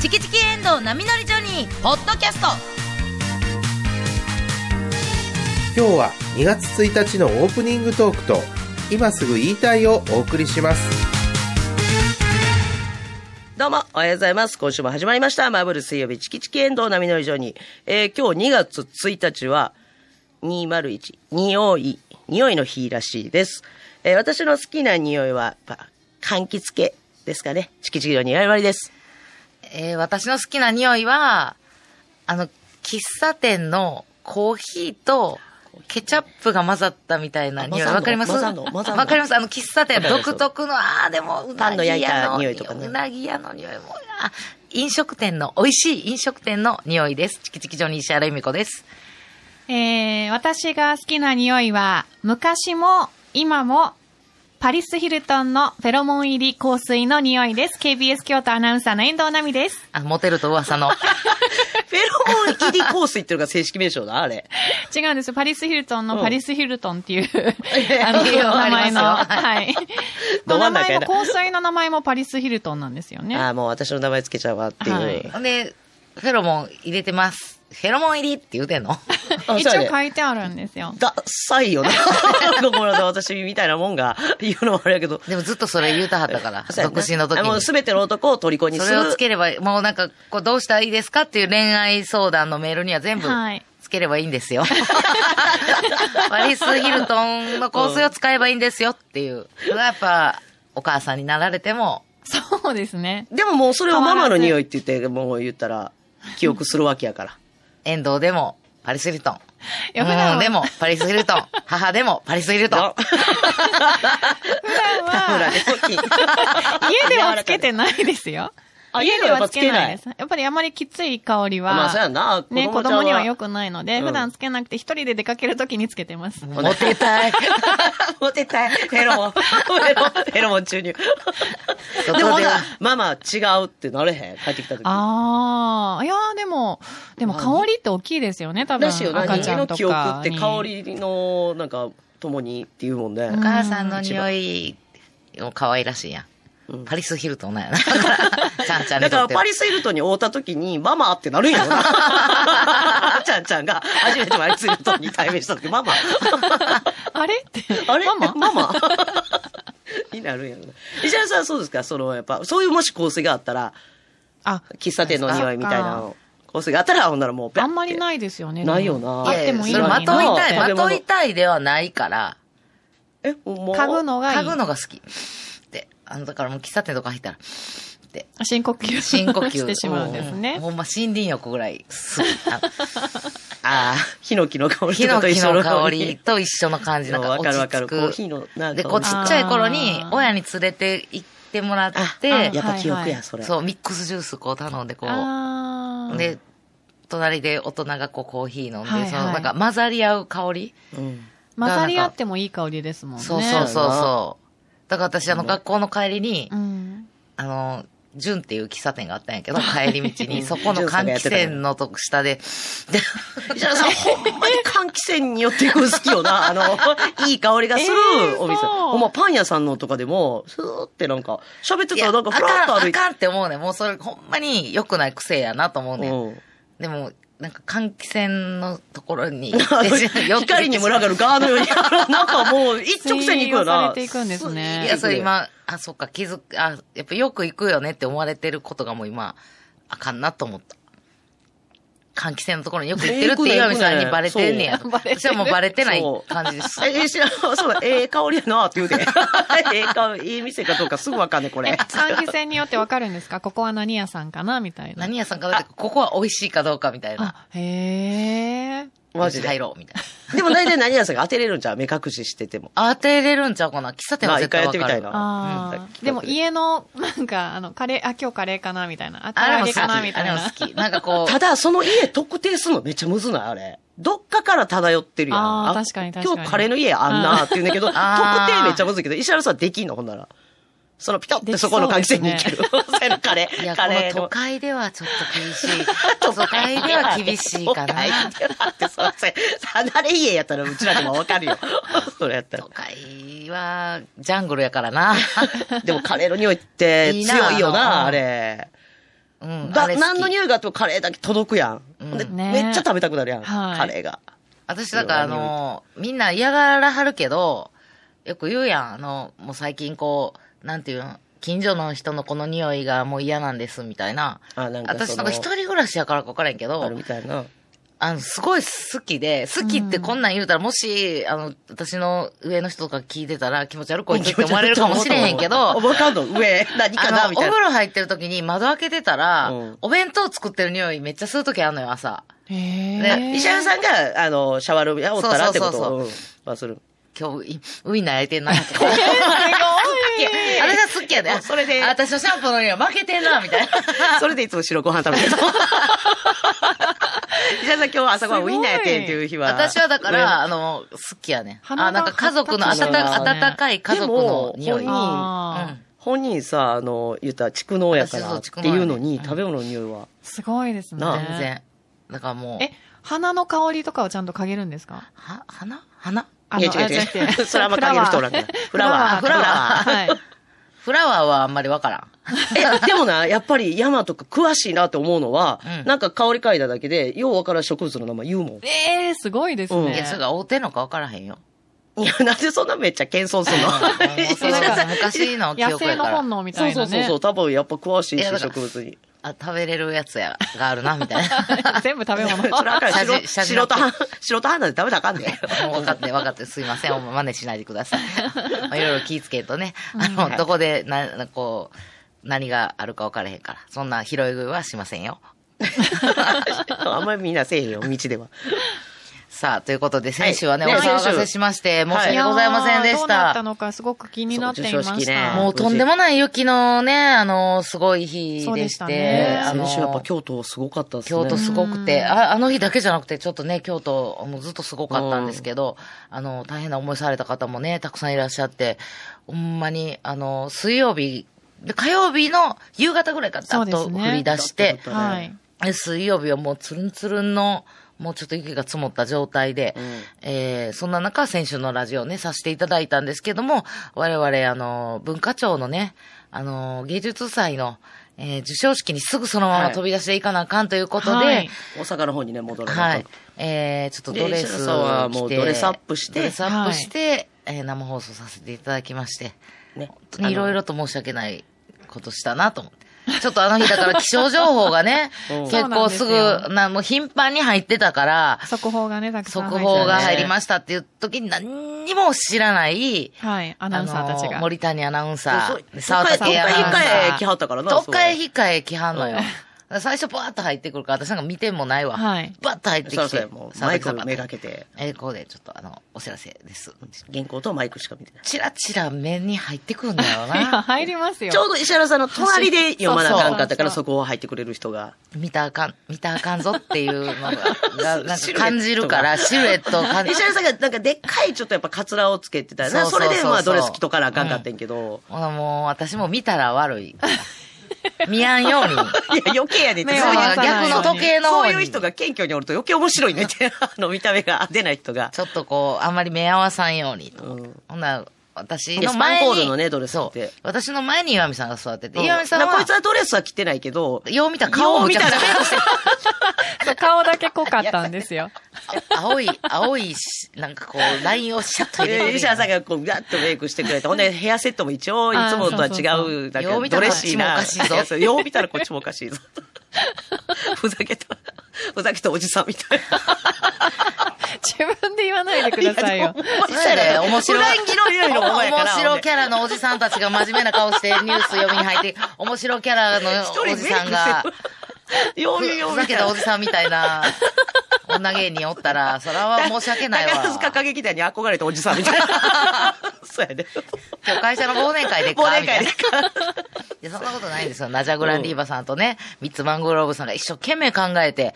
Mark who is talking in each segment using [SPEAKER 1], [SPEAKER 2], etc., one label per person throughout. [SPEAKER 1] チキチキエンドウ波乗りジョニー」ポッドキャスト
[SPEAKER 2] 今日は2月1日のオープニングトークと今すぐ言いたいをお送りします
[SPEAKER 3] どうも、おはようございます。今週も始まりました。マーブル水曜日、チキチキエンドウ波乗り場に。えー、今日2月1日は、201、匂い、匂いの日らしいです。えー、私の好きな匂いは、やっぱ、柑橘系ですかね。チキチキの匂い割り です。
[SPEAKER 4] えー私の好きな匂いは、あの、喫茶店のコーヒーと、ケチャップが混ざったみたいな匂い。
[SPEAKER 3] あ混ざんの
[SPEAKER 4] わかります
[SPEAKER 3] 混
[SPEAKER 4] わ
[SPEAKER 3] ざ
[SPEAKER 4] か
[SPEAKER 3] ん
[SPEAKER 4] り
[SPEAKER 3] の混ざんの
[SPEAKER 4] ますあの、喫茶店独特の、ああ、でも、う
[SPEAKER 3] パ
[SPEAKER 4] な
[SPEAKER 3] ン
[SPEAKER 4] ぎ屋
[SPEAKER 3] の
[SPEAKER 4] の
[SPEAKER 3] 焼いた匂いとかね
[SPEAKER 4] うなぎ屋の匂いも、あ飲食店の、美味しい飲食店の匂いです。チキチキジョニー石原由美子です。
[SPEAKER 5] えー、私が好きな匂いは、昔も今も、パリス・ヒルトンのフェロモン入り香水の匂いです。KBS 京都アナウンサーの遠藤奈美です。
[SPEAKER 4] あ、モテると 噂の。
[SPEAKER 3] フェロモン入り香水っていうのが正式名称だ、あれ。
[SPEAKER 5] 違うんです。パリス・ヒルトン
[SPEAKER 3] う
[SPEAKER 4] うん
[SPEAKER 5] の
[SPEAKER 4] ん
[SPEAKER 5] パリス・ヒルトンっていう
[SPEAKER 3] え、
[SPEAKER 5] あの、
[SPEAKER 4] いいよ
[SPEAKER 5] 名前の。
[SPEAKER 4] ありますよ
[SPEAKER 5] はい。
[SPEAKER 3] ど真
[SPEAKER 5] の名
[SPEAKER 3] ん中や
[SPEAKER 5] 前
[SPEAKER 3] な
[SPEAKER 5] も、香水の名前もパリス・ヒルトンなんですよね。
[SPEAKER 3] ああ、もう私の名前つけちゃうわっていう。
[SPEAKER 5] はい
[SPEAKER 4] で、フェロモン入れてます。フェロモン入りって言うてんの
[SPEAKER 3] あ
[SPEAKER 5] 一
[SPEAKER 3] そうや
[SPEAKER 5] 応
[SPEAKER 3] ね
[SPEAKER 5] 書いてあるんですよ。
[SPEAKER 3] ダッサいよ な。ところで私みたいなもんが言うのもあれやけど。
[SPEAKER 4] でもずっとそれ言うたはったから、
[SPEAKER 3] そうやな
[SPEAKER 4] 独身の時に。
[SPEAKER 3] もうすべての男を虜にす
[SPEAKER 4] そ
[SPEAKER 3] る。
[SPEAKER 4] れをつければ、もうなんか、こう、どうしたらいいですかっていう恋愛相談のメールには全部
[SPEAKER 5] はい、
[SPEAKER 4] つければいいんですよ。 パリス・ヒルトンの香水を使えばいいんですよっていう。それはやっぱ、お母さんになられても、
[SPEAKER 5] そうですね。
[SPEAKER 3] でももうそれをママの匂いって言って、もう言ったら、記憶するわけや から。
[SPEAKER 4] 遠藤でも、パリス・ヒルトン。
[SPEAKER 5] いや普段は
[SPEAKER 4] うんでも、パリス・ヒルトン。母でも、パリス・ヒルトン。
[SPEAKER 3] ほ
[SPEAKER 5] 普段
[SPEAKER 3] ら
[SPEAKER 5] は、
[SPEAKER 3] ね
[SPEAKER 5] 家ではつけてないですよ。
[SPEAKER 3] あ
[SPEAKER 5] 家ではつけないで。
[SPEAKER 3] 家
[SPEAKER 5] す。やっぱりあまりきつい香りは、
[SPEAKER 3] まあそうやな
[SPEAKER 5] ね、
[SPEAKER 3] 子供
[SPEAKER 5] 子
[SPEAKER 3] ちゃんは
[SPEAKER 5] 供には良くないので、
[SPEAKER 3] うん
[SPEAKER 5] 普段つけなくて一人で出かけるときにつけてます。
[SPEAKER 3] は
[SPEAKER 4] モテたい。
[SPEAKER 3] モテたい。ヘ ロモン。ヘロモン、ヘロモン注入。でもほら、ママ違うってなれへん。帰ってきた時。
[SPEAKER 5] ああ、いやーでも、でも香りって大きいですよね、多分。
[SPEAKER 3] だしよな、
[SPEAKER 5] 赤
[SPEAKER 3] 人
[SPEAKER 5] ちゃ
[SPEAKER 3] 間
[SPEAKER 5] ん
[SPEAKER 3] の
[SPEAKER 5] と
[SPEAKER 3] 記憶
[SPEAKER 5] か
[SPEAKER 3] って
[SPEAKER 5] に。
[SPEAKER 3] 香りの、なんか、共にっていうもんね。
[SPEAKER 4] お母さんの匂い、可愛らしいやん。パリス・ヒルトンなんや な。ちゃんちゃん
[SPEAKER 3] だから、
[SPEAKER 4] にとっては
[SPEAKER 3] パリス・ヒルトンに会うた時に、ママってなるんや ろな。ちゃんちゃんが、初めてパリス・ヒルトンに対面した時、マ マ。
[SPEAKER 5] あれって。
[SPEAKER 3] あれ
[SPEAKER 5] ママ
[SPEAKER 3] ママ になるんやろな。石原さんはそうですかその、やっぱ、そういうもし香水があったら、
[SPEAKER 5] あ、
[SPEAKER 3] 喫茶店の匂いみたいなの香水があったら、ほんならもう、
[SPEAKER 5] あんまりないですよね。でも
[SPEAKER 3] ないよな
[SPEAKER 5] あってもいいのに
[SPEAKER 4] そ
[SPEAKER 5] な
[SPEAKER 4] れまとい
[SPEAKER 3] な
[SPEAKER 4] た
[SPEAKER 3] 食
[SPEAKER 4] い、
[SPEAKER 3] べ
[SPEAKER 4] ま
[SPEAKER 3] 物
[SPEAKER 4] といたいではないから、
[SPEAKER 3] え、もう。
[SPEAKER 5] 嗅ぐのが
[SPEAKER 4] 嗅
[SPEAKER 5] いい
[SPEAKER 4] ぐ。のが好き。で、あの、だからもう喫茶店とか入ったら、って、
[SPEAKER 5] 深呼吸。
[SPEAKER 4] 深呼吸。
[SPEAKER 5] してしまうんです
[SPEAKER 4] ん
[SPEAKER 5] ね。
[SPEAKER 4] ほんま森林浴ぐらい好き。 あ
[SPEAKER 3] ああ、ヒノキの香
[SPEAKER 4] の
[SPEAKER 3] りと
[SPEAKER 4] ヒ
[SPEAKER 3] か
[SPEAKER 4] ノ
[SPEAKER 3] と一
[SPEAKER 4] キ
[SPEAKER 3] 緒
[SPEAKER 4] の
[SPEAKER 3] の
[SPEAKER 4] 香
[SPEAKER 3] 香
[SPEAKER 4] り
[SPEAKER 3] り。
[SPEAKER 4] と一緒の感じ、なんか
[SPEAKER 3] わ
[SPEAKER 4] 落
[SPEAKER 3] かるわ
[SPEAKER 4] ち
[SPEAKER 3] かる
[SPEAKER 4] 着
[SPEAKER 3] コーヒーのな
[SPEAKER 4] く。
[SPEAKER 3] んか
[SPEAKER 4] で、こうちっちゃい頃に
[SPEAKER 5] あー
[SPEAKER 4] 親に連れて行ってもらっ
[SPEAKER 3] あ、
[SPEAKER 4] て、
[SPEAKER 3] やっぱ記憶や、それ。
[SPEAKER 4] そう、ミックスジュースこう頼んで、こう。
[SPEAKER 5] ああ。
[SPEAKER 4] で、隣で大人がこうコーヒー飲んで、
[SPEAKER 5] はいはい
[SPEAKER 4] そのなんか混ざり合う香り。
[SPEAKER 3] うん。
[SPEAKER 5] 混ざり合ってもいい香りですもんね。
[SPEAKER 4] そうそうそうそう。だから私、あの、学校の帰りに、
[SPEAKER 5] うん。
[SPEAKER 4] あの、純っていう喫茶店があったんやけど、帰り道に、そこの換気扇のとこ下で、で
[SPEAKER 3] 石原さん、ほんまに換気扇によっていくの好きよ な。あの、いい香りがする
[SPEAKER 5] えー
[SPEAKER 3] お店。
[SPEAKER 5] そう
[SPEAKER 3] ほんま、パン屋さんのとかでも、スーってなんか、喋ってたらなんか、ふらっと
[SPEAKER 4] あかん、
[SPEAKER 3] 歩
[SPEAKER 4] あ
[SPEAKER 3] いて。
[SPEAKER 4] かんって思うね。もうそれ、ほんまに良くない癖やなと思うね。
[SPEAKER 3] うん
[SPEAKER 4] でも、なんか換気扇のところ に
[SPEAKER 3] あ の光に群がるガーのように、あのなんか もう一直線に行くよ
[SPEAKER 5] 吸引を
[SPEAKER 3] な
[SPEAKER 5] され。ていくんですね
[SPEAKER 4] いや、それ今、あ、そっか、気づく、あ、やっぱよく行くよねって思われてることがもう今、あかんなと思った。換気扇のところによく行ってるって岩見さんにバレてんね や。
[SPEAKER 5] 行くね行くねそう
[SPEAKER 4] 私はもうバレてない
[SPEAKER 3] そう
[SPEAKER 4] 感じです。
[SPEAKER 3] え、え、知らん、そう、ええ香りやなって言う て。ええ香り、いい店かどうかすぐわかんね、これ。
[SPEAKER 5] 換気扇によってわかるんですかここは何屋さんかなみたいな。
[SPEAKER 4] 何屋さんかだって、ここは美味しいかどうかみたいな。
[SPEAKER 5] あ、へえ。
[SPEAKER 3] マジ
[SPEAKER 4] 入
[SPEAKER 3] で。
[SPEAKER 4] ろうみたい
[SPEAKER 3] でも大体何屋さんが当てれるんじゃん、目隠ししてても。
[SPEAKER 4] な。当てれるんちゃうかな喫茶店は絶対わかる。
[SPEAKER 3] まあ一回やってみたいなうん
[SPEAKER 5] あ
[SPEAKER 3] さっき
[SPEAKER 5] あ。でも家の、なんか、あの、カレー、あ、今日カレーかなみたいな。あ、
[SPEAKER 4] あれ
[SPEAKER 5] 唐揚
[SPEAKER 4] も好
[SPEAKER 5] げ
[SPEAKER 4] き。
[SPEAKER 5] かな
[SPEAKER 4] あ
[SPEAKER 5] みたい
[SPEAKER 4] れ
[SPEAKER 5] な。
[SPEAKER 4] も好き。なんかこう。
[SPEAKER 3] ただ、その家特定するのめっちゃむずない、あれ。どっかから漂ってるやん。
[SPEAKER 5] あー確かに確かに
[SPEAKER 3] 今日カレーの家あんなって言うんだけど、特
[SPEAKER 4] あー
[SPEAKER 3] 定めっちゃむずいけど、石原さんできんのほんなら。そのピタっ
[SPEAKER 5] で
[SPEAKER 3] て
[SPEAKER 5] きそ
[SPEAKER 3] そうこの換気扇に行ける。そのカレ
[SPEAKER 4] い
[SPEAKER 3] ー、
[SPEAKER 4] や、
[SPEAKER 3] カ
[SPEAKER 4] こ
[SPEAKER 3] レ
[SPEAKER 4] の
[SPEAKER 3] ーの
[SPEAKER 4] 都。会ではちょっと厳し い。都会では厳しいかな。
[SPEAKER 3] 都会ではってそうそう離れ家やったらうちらでもわかるよ。それやったら
[SPEAKER 4] 都。会は、ジャングルやからな。
[SPEAKER 3] でもカレーの匂いって
[SPEAKER 4] いいな
[SPEAKER 3] 強いよな、あ
[SPEAKER 4] あの
[SPEAKER 3] れ。
[SPEAKER 4] うん。
[SPEAKER 3] だ
[SPEAKER 4] あれ好き
[SPEAKER 3] 何の匂いがあってもカレーだけ届くやん。
[SPEAKER 4] うん
[SPEAKER 3] で
[SPEAKER 5] ね
[SPEAKER 3] めっちゃ食べたくなるやん、
[SPEAKER 5] はい
[SPEAKER 3] カレーが。
[SPEAKER 4] 私だからあの、みんな嫌がらはるけど、よく言うやん。あの、もう最近こう、なんていうの近所の人のこの匂いがもう嫌なんですみたいな。
[SPEAKER 3] あなんかその
[SPEAKER 4] 私なんか一人暮らしやからか分からへんけ
[SPEAKER 3] あ
[SPEAKER 4] ど
[SPEAKER 3] る、みたいな。
[SPEAKER 4] あの、すごい好きで、好きってこんなん言うたら、もし、あの、私の上の人とか聞いてたら気持ち悪いこいつって思われるかもしれへんけ ど、
[SPEAKER 3] わかんの上、何かな
[SPEAKER 4] あの、
[SPEAKER 3] み
[SPEAKER 4] お
[SPEAKER 3] たい
[SPEAKER 4] 風
[SPEAKER 3] な。
[SPEAKER 4] 呂入ってる時に窓開けてたら、
[SPEAKER 3] うん
[SPEAKER 4] お弁当作ってる匂いめっちゃする時あるのよ、朝。
[SPEAKER 5] へ
[SPEAKER 4] ね
[SPEAKER 5] え。
[SPEAKER 3] 石原さんが、あの、シャワールームにおったらってこと
[SPEAKER 4] そうそう
[SPEAKER 3] うんはする。
[SPEAKER 4] 今日、いウインナー焼いてんな。すごいあれが好きやね。
[SPEAKER 3] それで
[SPEAKER 4] あ私のシャンプーの匂い負けてんな、みたいな。
[SPEAKER 3] それでいつも白ご飯食べてる。 石原さん今日朝ごはんウインナーやってんっていう日は。
[SPEAKER 4] 私はだから、あの、好きやね。
[SPEAKER 5] 鼻が
[SPEAKER 4] あ、なんか家族の、
[SPEAKER 5] 発
[SPEAKER 4] 温
[SPEAKER 5] 達してますね
[SPEAKER 4] 温かい家族の匂い。
[SPEAKER 3] で
[SPEAKER 4] う
[SPEAKER 3] も
[SPEAKER 5] あー
[SPEAKER 4] ん
[SPEAKER 3] 本人さ、あの、言ったら蓄能やか
[SPEAKER 4] 私そ
[SPEAKER 3] ら
[SPEAKER 4] う
[SPEAKER 3] ってい
[SPEAKER 4] 蓄能
[SPEAKER 3] う
[SPEAKER 4] やね
[SPEAKER 3] のに、
[SPEAKER 4] うん
[SPEAKER 3] 食べ物の匂いは。
[SPEAKER 5] すごいですね。
[SPEAKER 3] なあ
[SPEAKER 4] 全然。だからもう、
[SPEAKER 5] え、花の香りとかをちゃんと嗅げるんですか
[SPEAKER 4] は、花花
[SPEAKER 5] あの
[SPEAKER 3] いや違う
[SPEAKER 5] あじゃなくて
[SPEAKER 3] 違う それはあんま嗅げる人おらんからフラワー
[SPEAKER 5] フラワー。
[SPEAKER 4] フラ
[SPEAKER 5] はい。
[SPEAKER 4] フラワーはあんまりわからん。
[SPEAKER 3] え、でもな、やっぱり山とか詳しいなって思うのは、
[SPEAKER 4] うん
[SPEAKER 3] なんか香り嗅いだだけで、ようわからん植物の名前言うも
[SPEAKER 5] ええー、すごいです
[SPEAKER 3] うん
[SPEAKER 5] ね。
[SPEAKER 4] いや、それが合うてんのかわからへんよ。
[SPEAKER 3] ん。いや、なんでそんなめっちゃ謙遜するの
[SPEAKER 4] それが昔の記
[SPEAKER 5] 野
[SPEAKER 4] 憶
[SPEAKER 5] 生
[SPEAKER 4] や
[SPEAKER 5] の
[SPEAKER 4] から
[SPEAKER 5] 本。能み
[SPEAKER 3] そ
[SPEAKER 5] た
[SPEAKER 3] う
[SPEAKER 5] い
[SPEAKER 3] そ
[SPEAKER 5] な
[SPEAKER 3] うそう
[SPEAKER 5] ね
[SPEAKER 3] そう、。多分やっぱ詳しい
[SPEAKER 4] い
[SPEAKER 3] し
[SPEAKER 4] や、だから
[SPEAKER 3] 植物に。
[SPEAKER 4] あ、食べれるやつや、があるな、みたい な。
[SPEAKER 5] 全部食べ物。
[SPEAKER 3] それあかん
[SPEAKER 4] 写
[SPEAKER 3] 白
[SPEAKER 4] 真写真
[SPEAKER 3] 白と花、白と花で食べたらあかんね
[SPEAKER 4] もう分かって分かって、すいません。お真似しないでくだ さい。まあいろいろ気ぃつけんとね。あ
[SPEAKER 3] う
[SPEAKER 4] の、
[SPEAKER 3] ん
[SPEAKER 4] どこで、な、こう、何があるか分からへんから。そんな拾い食いはしませんよ。
[SPEAKER 3] あんまりみんなせえへんよ、道では。
[SPEAKER 4] さあ、ということで、先週はね、
[SPEAKER 3] はい
[SPEAKER 4] お
[SPEAKER 3] ね
[SPEAKER 4] 騒がせしまして、申し訳ございませんで
[SPEAKER 5] いやー
[SPEAKER 4] し
[SPEAKER 5] どうなった
[SPEAKER 4] た。
[SPEAKER 5] のかすごく気になってい
[SPEAKER 3] そう授
[SPEAKER 5] ま
[SPEAKER 3] 賞
[SPEAKER 5] し
[SPEAKER 3] 式
[SPEAKER 5] た。
[SPEAKER 3] ね
[SPEAKER 4] もうとんでもない雪のね、あの、すごい日
[SPEAKER 5] そう
[SPEAKER 4] で
[SPEAKER 5] で
[SPEAKER 4] し、
[SPEAKER 5] してたね
[SPEAKER 4] あの、
[SPEAKER 3] 先週やっぱ京都すごかったですね。
[SPEAKER 4] 京都すごくて、ああの日だけじゃなくて、ちょっとね、京都、もうずっとすごかったんですけど、あの、大変な思いされた方もね、たくさんいらっしゃって、ほんまに、あの、水曜日、で火曜日の夕方ぐらいからざっ
[SPEAKER 5] そ
[SPEAKER 4] と
[SPEAKER 5] うです
[SPEAKER 4] 降
[SPEAKER 5] ね
[SPEAKER 4] り出して、
[SPEAKER 3] だ
[SPEAKER 5] は
[SPEAKER 3] ね
[SPEAKER 5] い。
[SPEAKER 4] で水曜日はもうつるんつるんの、もうちょっと雪が積もった状態で、
[SPEAKER 3] ん
[SPEAKER 4] えーそんな中、先週のラジオをね、させていただいたんですけども、我々、あの、文化庁のね、あの、芸術祭の、えー授賞式にすぐそのまま飛び出していかなあかんということで、
[SPEAKER 5] はいはい
[SPEAKER 3] 大阪の方にね、戻ら
[SPEAKER 4] は
[SPEAKER 3] ないい。。
[SPEAKER 4] えー、ちょっとドレ
[SPEAKER 3] で石
[SPEAKER 4] ス
[SPEAKER 3] 田
[SPEAKER 4] を着
[SPEAKER 3] さん
[SPEAKER 4] て。
[SPEAKER 3] はもうドレスアップして
[SPEAKER 4] ドレスアップして、えー生放送させていただきまして、
[SPEAKER 3] ね
[SPEAKER 4] 本当にいろいろと申し訳ないことしたなと思って。ちょっとあの日だから気象情報がね
[SPEAKER 3] うん、
[SPEAKER 4] 結構す
[SPEAKER 5] そうなんです
[SPEAKER 4] ぐ、な、もう頻繁に入ってたから、
[SPEAKER 5] 速報がね、たくさん
[SPEAKER 4] 速
[SPEAKER 5] 入って
[SPEAKER 4] 報が入り
[SPEAKER 5] す。
[SPEAKER 4] ましたっていう時に何にも知らない、
[SPEAKER 5] はい、アナウンサーたち
[SPEAKER 4] あ
[SPEAKER 5] が。
[SPEAKER 4] の森谷アナウン
[SPEAKER 3] そ
[SPEAKER 4] サ
[SPEAKER 3] うそう
[SPEAKER 4] ー、沢
[SPEAKER 3] 都会
[SPEAKER 4] 竹アナウンサー。
[SPEAKER 3] 都会控え来はったからな
[SPEAKER 4] 都会
[SPEAKER 3] そ
[SPEAKER 4] 控え来はんのよ。最初バーッと入ってくるから、私なんか見てもないわ。
[SPEAKER 5] はい
[SPEAKER 4] バッと入ってき
[SPEAKER 3] そ
[SPEAKER 4] て。
[SPEAKER 3] うそう、もうマイク
[SPEAKER 4] 沢竹さん
[SPEAKER 3] めがけて、
[SPEAKER 4] えーここでちょっとあの、お知らせです。
[SPEAKER 3] 原稿とマイクしか見てない。
[SPEAKER 4] チラチラ目に入ってくるんだよ
[SPEAKER 5] いや、
[SPEAKER 4] な。
[SPEAKER 5] 入りますよ。
[SPEAKER 3] ちょうど石原さんの隣で読まなあかんかったから、
[SPEAKER 5] そうそ
[SPEAKER 3] そ
[SPEAKER 5] う
[SPEAKER 3] こを入ってくれる人が。
[SPEAKER 4] 見たらあかん、見たらあかんぞっていう のが、がなん
[SPEAKER 3] シ
[SPEAKER 4] か
[SPEAKER 3] ルエットが
[SPEAKER 4] 感じるから、シルエットを感 じ
[SPEAKER 3] 石原さんがなんかでっかいちょっとやっぱカツラをつけてたよな。
[SPEAKER 4] そ
[SPEAKER 3] そう
[SPEAKER 4] そうそう
[SPEAKER 3] れ
[SPEAKER 4] そう
[SPEAKER 3] でまあドレス着とかなあかんかったんやけ ど。
[SPEAKER 4] ほなもう、私も見たら悪い。見やんように。
[SPEAKER 3] いや、余計やねんって。
[SPEAKER 5] 目
[SPEAKER 3] そ
[SPEAKER 5] を
[SPEAKER 3] ういう
[SPEAKER 5] 離さな
[SPEAKER 4] 逆
[SPEAKER 5] い
[SPEAKER 4] の時計の
[SPEAKER 3] そ
[SPEAKER 4] 方
[SPEAKER 3] う
[SPEAKER 4] に。
[SPEAKER 3] いう人が謙虚におると余計面白いねんっ て。あの見た目が出ない人が。
[SPEAKER 4] ちょっとこう、あんまり目合わさんようにと思って
[SPEAKER 3] うん
[SPEAKER 4] ほんなら私
[SPEAKER 3] いや
[SPEAKER 4] の
[SPEAKER 3] ス
[SPEAKER 4] 前に。
[SPEAKER 3] パンコールのねドレス
[SPEAKER 4] そ
[SPEAKER 3] 着
[SPEAKER 4] う
[SPEAKER 3] て。
[SPEAKER 4] 私の前に岩見さんが座ってて。
[SPEAKER 3] うん
[SPEAKER 4] 岩見さん
[SPEAKER 3] なこい
[SPEAKER 4] は
[SPEAKER 3] つ、はドレスは着てないけど、
[SPEAKER 4] よう見たら顔を
[SPEAKER 3] よう
[SPEAKER 4] 見
[SPEAKER 3] 見
[SPEAKER 4] た
[SPEAKER 3] た
[SPEAKER 4] ら
[SPEAKER 3] ら、
[SPEAKER 5] そう顔だけ濃かったんですよ。
[SPEAKER 4] 青い、青いし、なんかこう、ラインをシャッと入れてくる
[SPEAKER 3] えー石原さんがこう、ガッとメイクしてくれて、ほんでヘアセットも一応、いつもとは違う、だけ
[SPEAKER 4] よう
[SPEAKER 3] ど、
[SPEAKER 4] 見た
[SPEAKER 3] ド
[SPEAKER 4] ら
[SPEAKER 3] レッ
[SPEAKER 4] こっ
[SPEAKER 3] シ
[SPEAKER 4] ち
[SPEAKER 3] ー
[SPEAKER 4] もお
[SPEAKER 3] な。
[SPEAKER 4] かしいぞ
[SPEAKER 3] いやそうよう見たらこっちもおかしいぞ。ふざけた、ふざけたおじさんみたいな。
[SPEAKER 5] 自分で言わないでくださいよ。
[SPEAKER 4] そうやで面白い。
[SPEAKER 3] 普段着の匂いのままやから
[SPEAKER 4] 面白キャラのおじさんたちが真面目な顔してニュース読みに入って、面白キャラの
[SPEAKER 3] 一人
[SPEAKER 4] お
[SPEAKER 3] メイ
[SPEAKER 4] じ
[SPEAKER 3] ク
[SPEAKER 4] さん
[SPEAKER 3] し
[SPEAKER 4] が、
[SPEAKER 3] てる。よう見よう
[SPEAKER 4] ふ
[SPEAKER 3] 見
[SPEAKER 4] ざけたおじさんみたいな女芸人おったら、それは申し訳ないわ。
[SPEAKER 3] 宝塚歌劇団に憧れたおじさんみたいな。 そうやね。
[SPEAKER 4] 今日会社の忘年会でっか
[SPEAKER 3] 忘年
[SPEAKER 4] みた
[SPEAKER 3] 会
[SPEAKER 4] い
[SPEAKER 3] で
[SPEAKER 4] な
[SPEAKER 3] っか
[SPEAKER 4] いや、そんなことない ですよ。ナジャグランディーバさんとね、ミッツマングローブさんが一生懸命考えて、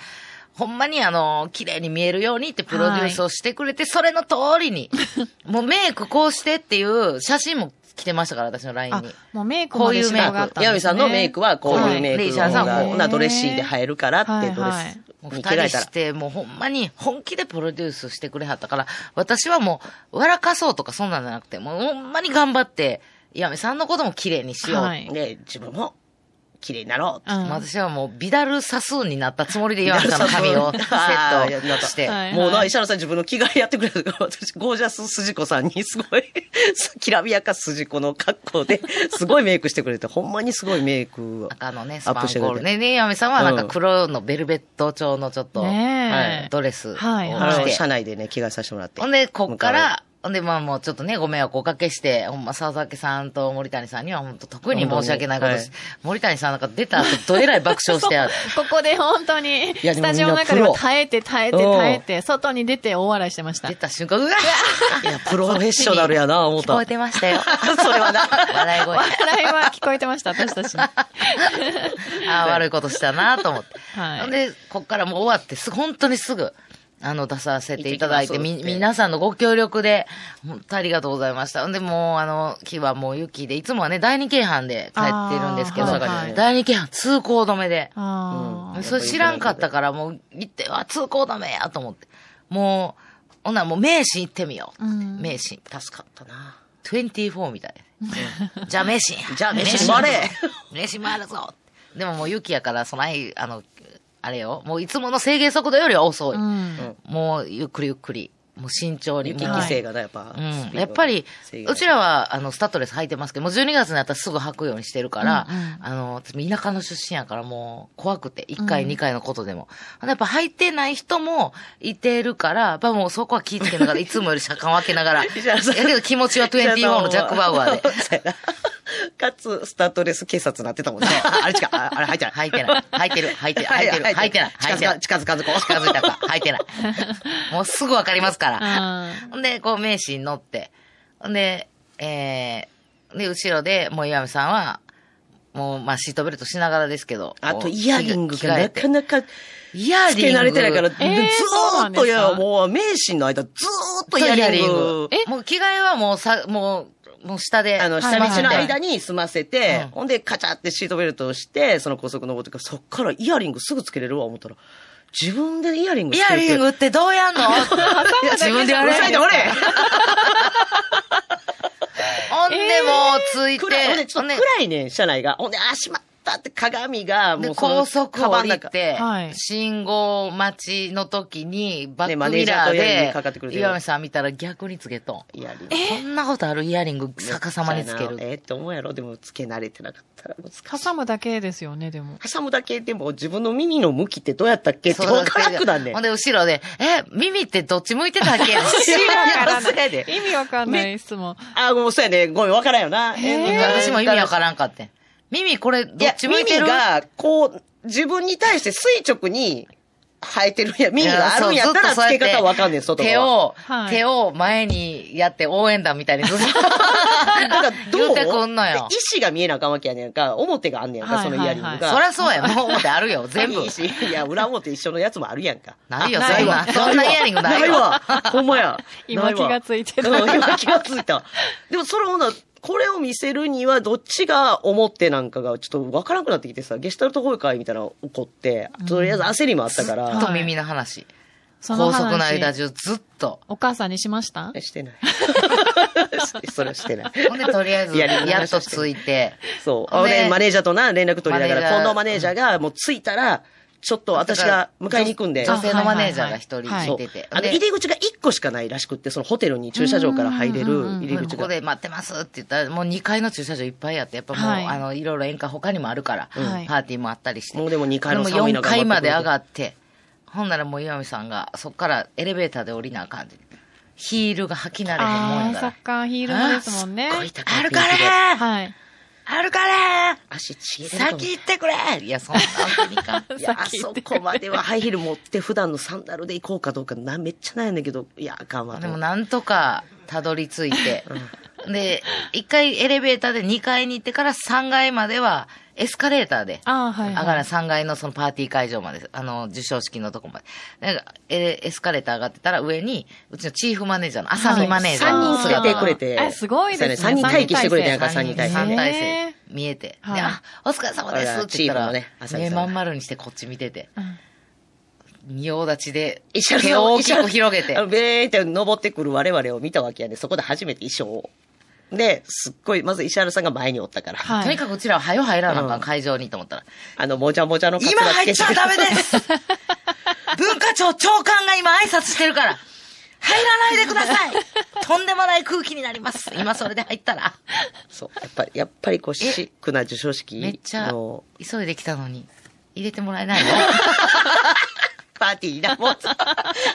[SPEAKER 4] ほんまにあの、綺麗に見えるようにってプロデュースをしてくれて、それの通りに、 もうメイクこうしてっていう写真も来てましたから、私の LINE
[SPEAKER 5] あ
[SPEAKER 4] に。、
[SPEAKER 5] もうメイク
[SPEAKER 4] こ
[SPEAKER 5] ま
[SPEAKER 4] うい
[SPEAKER 5] で
[SPEAKER 4] う
[SPEAKER 5] 仕
[SPEAKER 4] メイク
[SPEAKER 5] 事があったんですね。
[SPEAKER 3] ヤミさんのメイクはこういうメイクの
[SPEAKER 4] はいレイシャーさんも
[SPEAKER 3] ほなドレッシーで映えるから
[SPEAKER 5] は
[SPEAKER 3] って
[SPEAKER 5] い
[SPEAKER 3] ドレ
[SPEAKER 5] はい
[SPEAKER 4] も
[SPEAKER 3] ス
[SPEAKER 4] う
[SPEAKER 3] に
[SPEAKER 4] 二
[SPEAKER 3] 着替
[SPEAKER 4] 人
[SPEAKER 3] えたら
[SPEAKER 4] し。て、もうほんまに本気でプロデュースしてくれはったから、私はもう、笑かそうとかそんなんじゃなくて、もうほんまに頑張って、やめさんのことも綺麗にしよう。
[SPEAKER 5] はい
[SPEAKER 3] ね、自分も綺麗になろう。
[SPEAKER 5] うん
[SPEAKER 4] 私はもう、ビダルサスーンになったつもりで、ヨハンさんの髪をセットして。
[SPEAKER 5] はい
[SPEAKER 3] もうな、石原さん自分の着替えやってくれる。私、ゴージャス筋子さんにすごい、きらびやか筋子の格好で、すごいメイクしてくれて、ほんまにすごいメイクを。
[SPEAKER 4] 赤のね、ス
[SPEAKER 3] ア
[SPEAKER 4] パ
[SPEAKER 3] ップして
[SPEAKER 4] ン
[SPEAKER 3] くれ
[SPEAKER 4] コ
[SPEAKER 3] て
[SPEAKER 4] ール。ね、ね、やめさんはなんか黒のベルベット調のちょっと、
[SPEAKER 5] ねえ
[SPEAKER 4] はいドレスを着て。
[SPEAKER 5] はい
[SPEAKER 3] あ
[SPEAKER 5] は
[SPEAKER 3] の車内でね、着替えさせてもらって。
[SPEAKER 4] ほんで、こっから、ほんで、まあもうちょっとね、ご迷惑をおかけして、ほんま、沢崎さんと森谷さんには本当特に申し訳ないことし、
[SPEAKER 3] 本当に
[SPEAKER 4] 森谷さんなんか出た後、どえらい爆笑してあ る。
[SPEAKER 5] ここで本当に、
[SPEAKER 3] や
[SPEAKER 5] スタジオの中で
[SPEAKER 3] でもみんなプロ
[SPEAKER 5] は耐えて耐えて耐えて、外に出て大笑いしてました
[SPEAKER 4] 出。た瞬間、うわ
[SPEAKER 3] いや、プロフェッショナルやな、思っ
[SPEAKER 4] 聞
[SPEAKER 3] た。
[SPEAKER 4] こえてましたよ。
[SPEAKER 3] それはな。
[SPEAKER 4] 笑い声。
[SPEAKER 5] 笑いは聞こえてました、私たちに。
[SPEAKER 4] ああ、悪いことしたなと思って。
[SPEAKER 5] はい
[SPEAKER 4] ほんで、こっからもう終わって、すぐ、本当にすぐ、あの、出させていただいて、
[SPEAKER 3] 行ってきます
[SPEAKER 4] み、皆さんのご協力で、本当ありがとうございました。ほんで、もう、あの、木はもう雪で、いつもはね、第二京阪で帰ってるんですけど、
[SPEAKER 5] あ
[SPEAKER 3] ーはいはい
[SPEAKER 4] 第二京阪通行止めで、
[SPEAKER 3] う
[SPEAKER 5] あ
[SPEAKER 3] ん
[SPEAKER 5] ー
[SPEAKER 4] それ知らんかったから、もう、行って、あ、通行止めやと思って。もう、ほんならもう、名神行ってみよう。
[SPEAKER 5] うん
[SPEAKER 4] 名神。
[SPEAKER 3] 助かったな。
[SPEAKER 4] 24みたい な。じゃあ名神や。
[SPEAKER 3] じゃあ名神回 れ
[SPEAKER 4] 名神回るぞでももう雪やから、そない、あの、あれよ、もういつもの制限速度よりは遅い。
[SPEAKER 5] うん
[SPEAKER 4] もうゆっくりゆっくり、もう慎重に。
[SPEAKER 3] 雪
[SPEAKER 4] もう
[SPEAKER 3] 規制がな、やっぱ。ス
[SPEAKER 4] う
[SPEAKER 3] ピード
[SPEAKER 4] ん、
[SPEAKER 3] が
[SPEAKER 4] やっぱり
[SPEAKER 3] 制、限
[SPEAKER 4] うちらは、あの、スタッドレス履いてますけど、もう12月になったらすぐ履くようにしてるから、
[SPEAKER 5] うんうん
[SPEAKER 4] あの、私も田舎の出身やからもう怖くて、1回、2回のことでも。ほんでやっぱ履いてない人もいてるから、やっぱもうそこは気ぃつけな がら、いつもより車間分けな がら。や
[SPEAKER 3] 原さん
[SPEAKER 4] けど気持ちは24のジャック・バウアー で。
[SPEAKER 3] そうやなかつ、スタートレス警察なってたもんね。ああれ違う、ああれ入ってない。
[SPEAKER 4] 履いてない。履いてる。履いてる。 履いてる。履いてな
[SPEAKER 3] 近
[SPEAKER 4] い。履いて
[SPEAKER 3] づ
[SPEAKER 4] な
[SPEAKER 3] か、
[SPEAKER 4] い。
[SPEAKER 3] 近づかずこう。
[SPEAKER 4] 近づいたか。履いてない。もうすぐわかりますから。
[SPEAKER 5] あ
[SPEAKER 4] ほんで、こう、名刺に乗って。ほんで、えー、で、後ろで、もう岩見さんは、もう、まあ、シートベルトしながらですけど。
[SPEAKER 3] あと、
[SPEAKER 4] こう
[SPEAKER 3] イヤリング
[SPEAKER 4] 着
[SPEAKER 3] が
[SPEAKER 4] 替え
[SPEAKER 3] な
[SPEAKER 4] て
[SPEAKER 3] かなか、
[SPEAKER 4] イヤリ
[SPEAKER 3] つ
[SPEAKER 4] ング。
[SPEAKER 3] け慣れてないから、ず
[SPEAKER 5] えーそう
[SPEAKER 3] ー
[SPEAKER 5] なん
[SPEAKER 3] っ
[SPEAKER 5] ですか
[SPEAKER 3] と、いや、もう、名神の間、ずーっと
[SPEAKER 4] イ
[SPEAKER 3] イ
[SPEAKER 4] ヤ
[SPEAKER 3] ヤ
[SPEAKER 4] リ
[SPEAKER 3] リ
[SPEAKER 4] ン
[SPEAKER 3] ン
[SPEAKER 4] グ
[SPEAKER 3] グ。。
[SPEAKER 4] もう、着替えはもう、さ、もう、もう下で。
[SPEAKER 3] あの、
[SPEAKER 5] はい
[SPEAKER 3] 下
[SPEAKER 5] は
[SPEAKER 3] 道
[SPEAKER 5] いはい
[SPEAKER 3] の間に済ませて
[SPEAKER 4] うん、
[SPEAKER 3] ほんで、カチャってシートベルトをして、その高速登ってから、そっからイヤリングすぐつけれるわ、思ったら、自分でイヤリング
[SPEAKER 4] イ
[SPEAKER 3] つけ
[SPEAKER 4] ヤ
[SPEAKER 3] る
[SPEAKER 4] リングってど うやんの自分でや
[SPEAKER 3] う
[SPEAKER 4] れ
[SPEAKER 3] る。さいで、俺
[SPEAKER 4] ほんで、もう、ついて。
[SPEAKER 3] 暗い、ほんで、ちょっと
[SPEAKER 4] ほんで
[SPEAKER 3] 暗いねん、車内が。ほんで、あ、しまったって鏡が、も
[SPEAKER 4] で
[SPEAKER 3] うその
[SPEAKER 4] 高速降り
[SPEAKER 3] カバンの中
[SPEAKER 4] て、
[SPEAKER 5] はい
[SPEAKER 4] 信号待ちの時に、バッ
[SPEAKER 3] ねマ
[SPEAKER 4] ク
[SPEAKER 3] ネ
[SPEAKER 4] ミ
[SPEAKER 3] ージャー
[SPEAKER 4] ラ
[SPEAKER 3] とイヤリングかかっ
[SPEAKER 4] ー
[SPEAKER 3] てくれ
[SPEAKER 4] で、
[SPEAKER 3] てる
[SPEAKER 4] 岩見さん見たら逆につけとん。
[SPEAKER 3] イヤリング。
[SPEAKER 4] そんなことあるイヤリング逆さまにつけ
[SPEAKER 3] え
[SPEAKER 4] る。
[SPEAKER 3] えって思うやろでも、つけ慣れてなかったら難しい。
[SPEAKER 5] 挟むだけですよね、でも。
[SPEAKER 3] 挟むだけでも自分の耳の向きってどうやったっけって
[SPEAKER 4] そう
[SPEAKER 3] 分からんくなんねん
[SPEAKER 4] ほん。で、後ろで、え、耳ってどっち向い てたっけ知らんからそうやで
[SPEAKER 5] 意味わかんない質問。
[SPEAKER 3] あ、もうそうやね。ごめん、分からんよな。
[SPEAKER 5] え
[SPEAKER 4] 私も意味わからんかってん。耳これどっち向いてる
[SPEAKER 3] いや耳が、こう、自分に対して垂直に生えてるや、耳があるんやったら
[SPEAKER 4] そう
[SPEAKER 3] 付
[SPEAKER 4] ずとそう
[SPEAKER 3] け
[SPEAKER 4] やって
[SPEAKER 3] 方分かんねん、外
[SPEAKER 4] 手
[SPEAKER 3] 側は。
[SPEAKER 4] を、
[SPEAKER 5] はい
[SPEAKER 4] 手を前にやって応援団みたいにずっと。
[SPEAKER 3] だから、
[SPEAKER 4] 言
[SPEAKER 3] ど
[SPEAKER 4] う
[SPEAKER 3] う
[SPEAKER 4] てくんのよ
[SPEAKER 3] で意思が見えなあかんわけやねんか、表があんねやんか、
[SPEAKER 5] はい
[SPEAKER 3] そのイヤリング
[SPEAKER 5] は
[SPEAKER 3] が。
[SPEAKER 4] そらそうや、もう表ある よ、全部
[SPEAKER 3] い。いしいや、裏表一緒のやつもあるやんか。
[SPEAKER 4] ないよ、
[SPEAKER 5] あな
[SPEAKER 4] そ
[SPEAKER 5] い
[SPEAKER 4] ん
[SPEAKER 5] わ
[SPEAKER 4] な。 そんなイヤリングないよ。
[SPEAKER 3] わ。ほんま や。
[SPEAKER 5] 今
[SPEAKER 3] ないわ
[SPEAKER 5] 気がついてる
[SPEAKER 3] うん今気がついた。 でもそれほな、これを見せるにはどっちが表なんかがちょっとわからなくなってきてさ、ゲシュタルト崩壊みたいなの怒って、とりあえず焦りもあったか
[SPEAKER 4] ず
[SPEAKER 3] ら
[SPEAKER 4] っ、と耳の話。
[SPEAKER 5] その
[SPEAKER 4] 高速の間
[SPEAKER 5] 話、
[SPEAKER 4] 中ずっと。
[SPEAKER 5] お母さんにしました
[SPEAKER 3] してない。 それはしてない。
[SPEAKER 4] ほんで、とりあえず、
[SPEAKER 3] イヤリングの
[SPEAKER 4] やっ
[SPEAKER 3] 話
[SPEAKER 4] と
[SPEAKER 3] をして
[SPEAKER 4] ついて。
[SPEAKER 3] そう。
[SPEAKER 4] ほんで
[SPEAKER 3] 俺、マネージャーとな、連絡取りなが
[SPEAKER 4] マネージャ
[SPEAKER 3] ら、
[SPEAKER 4] ー
[SPEAKER 3] 近藤マネージャーが、もう着いたら、ちょっと私が迎えに行くんで。
[SPEAKER 4] 女性
[SPEAKER 5] あは
[SPEAKER 4] の
[SPEAKER 5] い
[SPEAKER 4] マ
[SPEAKER 5] はいはい
[SPEAKER 4] ネージャーが一人
[SPEAKER 5] はい
[SPEAKER 4] い
[SPEAKER 3] そう
[SPEAKER 4] てて。
[SPEAKER 3] あの、
[SPEAKER 4] で
[SPEAKER 3] 入り口が1個しかないらしくって、そのホテルに駐車場から入れ
[SPEAKER 5] うんうんう
[SPEAKER 3] る
[SPEAKER 5] ん
[SPEAKER 3] 入
[SPEAKER 5] うん
[SPEAKER 3] り
[SPEAKER 4] こ
[SPEAKER 3] 口
[SPEAKER 4] こ
[SPEAKER 3] が。
[SPEAKER 4] で待ってますって言ったら、もう2階の駐車場いっぱいあって、やっぱもう、
[SPEAKER 5] はい
[SPEAKER 4] あの、いろいろ宴会他にもあるから、
[SPEAKER 5] はい
[SPEAKER 4] パーティーもあったりして。
[SPEAKER 3] もうでも2階の
[SPEAKER 4] でも
[SPEAKER 3] 寒い
[SPEAKER 4] 4
[SPEAKER 3] 中待ってく
[SPEAKER 4] 階
[SPEAKER 3] れて
[SPEAKER 4] まで上がって、ほんならもう岩見さんが、そっからエレベーターで降りなあかんって。ヒールが履き慣れへんもんや
[SPEAKER 5] ああ、
[SPEAKER 4] か
[SPEAKER 5] そ
[SPEAKER 4] ら
[SPEAKER 5] っ。か、ヒールもですもんね
[SPEAKER 3] す。っごい高い
[SPEAKER 4] あ
[SPEAKER 3] ピ
[SPEAKER 4] る
[SPEAKER 3] ンク
[SPEAKER 4] か
[SPEAKER 3] で
[SPEAKER 4] ら
[SPEAKER 5] はい。
[SPEAKER 4] あるから
[SPEAKER 3] 足ちぎれると思う
[SPEAKER 4] 先行ってくれいや、そんなわけにいかん。
[SPEAKER 3] いや、あ
[SPEAKER 5] 先行
[SPEAKER 3] そ
[SPEAKER 5] って
[SPEAKER 3] こまではハイヒール持って普段のサンダルで行こうかどうかな、めっちゃ悩んだけど、いや、あかんわと。
[SPEAKER 4] でもなんとかたどり着いて、で、一回エレベーターで2階に行ってから3階まではエスカレーターで、
[SPEAKER 5] ああ、はい
[SPEAKER 4] 上
[SPEAKER 5] はい。
[SPEAKER 4] がら3階のそのパーティー会場まで、あの、授賞式のとこまで。なんかエエスカレーター上がってたら上に、うちのチーフマネージャーの浅見マネージャー
[SPEAKER 3] 3
[SPEAKER 4] の
[SPEAKER 3] 人連れ
[SPEAKER 4] 姿
[SPEAKER 3] て
[SPEAKER 4] が
[SPEAKER 3] くれて。
[SPEAKER 5] あすごいですね
[SPEAKER 3] 3人待機してくれてなんか
[SPEAKER 4] 三
[SPEAKER 3] 3人
[SPEAKER 4] 人
[SPEAKER 3] 待機。
[SPEAKER 5] 三
[SPEAKER 4] 三体
[SPEAKER 5] へ
[SPEAKER 4] 制
[SPEAKER 5] ー
[SPEAKER 4] 見えて。
[SPEAKER 5] はい
[SPEAKER 4] で、あ、お疲れ様ですって言ったら、
[SPEAKER 3] あらチームのね浅見
[SPEAKER 4] 目
[SPEAKER 3] さん
[SPEAKER 4] まん丸にしてこっち見てて
[SPEAKER 5] ん、
[SPEAKER 4] 仁王立ちで、
[SPEAKER 3] 一緒
[SPEAKER 4] 手を大きく広げて
[SPEAKER 3] あの、、べーって登ってくる我々を見たわけやで、そこで初めて衣装を。で、すっごい、まず石原さんが前におったから、
[SPEAKER 5] はい
[SPEAKER 4] とにかくうちらは早う入らなあか
[SPEAKER 3] うん
[SPEAKER 4] ん、会場にと思ったら。
[SPEAKER 3] あの、もじゃもじゃの
[SPEAKER 4] 今入っちゃダメです文化庁長官が今挨拶してるから、入らないでくださいとんでもない空気になります。今それで入ったら。
[SPEAKER 3] そう、やっぱり、やっぱりこう、シックな授賞式
[SPEAKER 4] めっちゃ
[SPEAKER 3] の
[SPEAKER 4] 急いできたのに、入れてもらえないの
[SPEAKER 3] パーティーな、もう、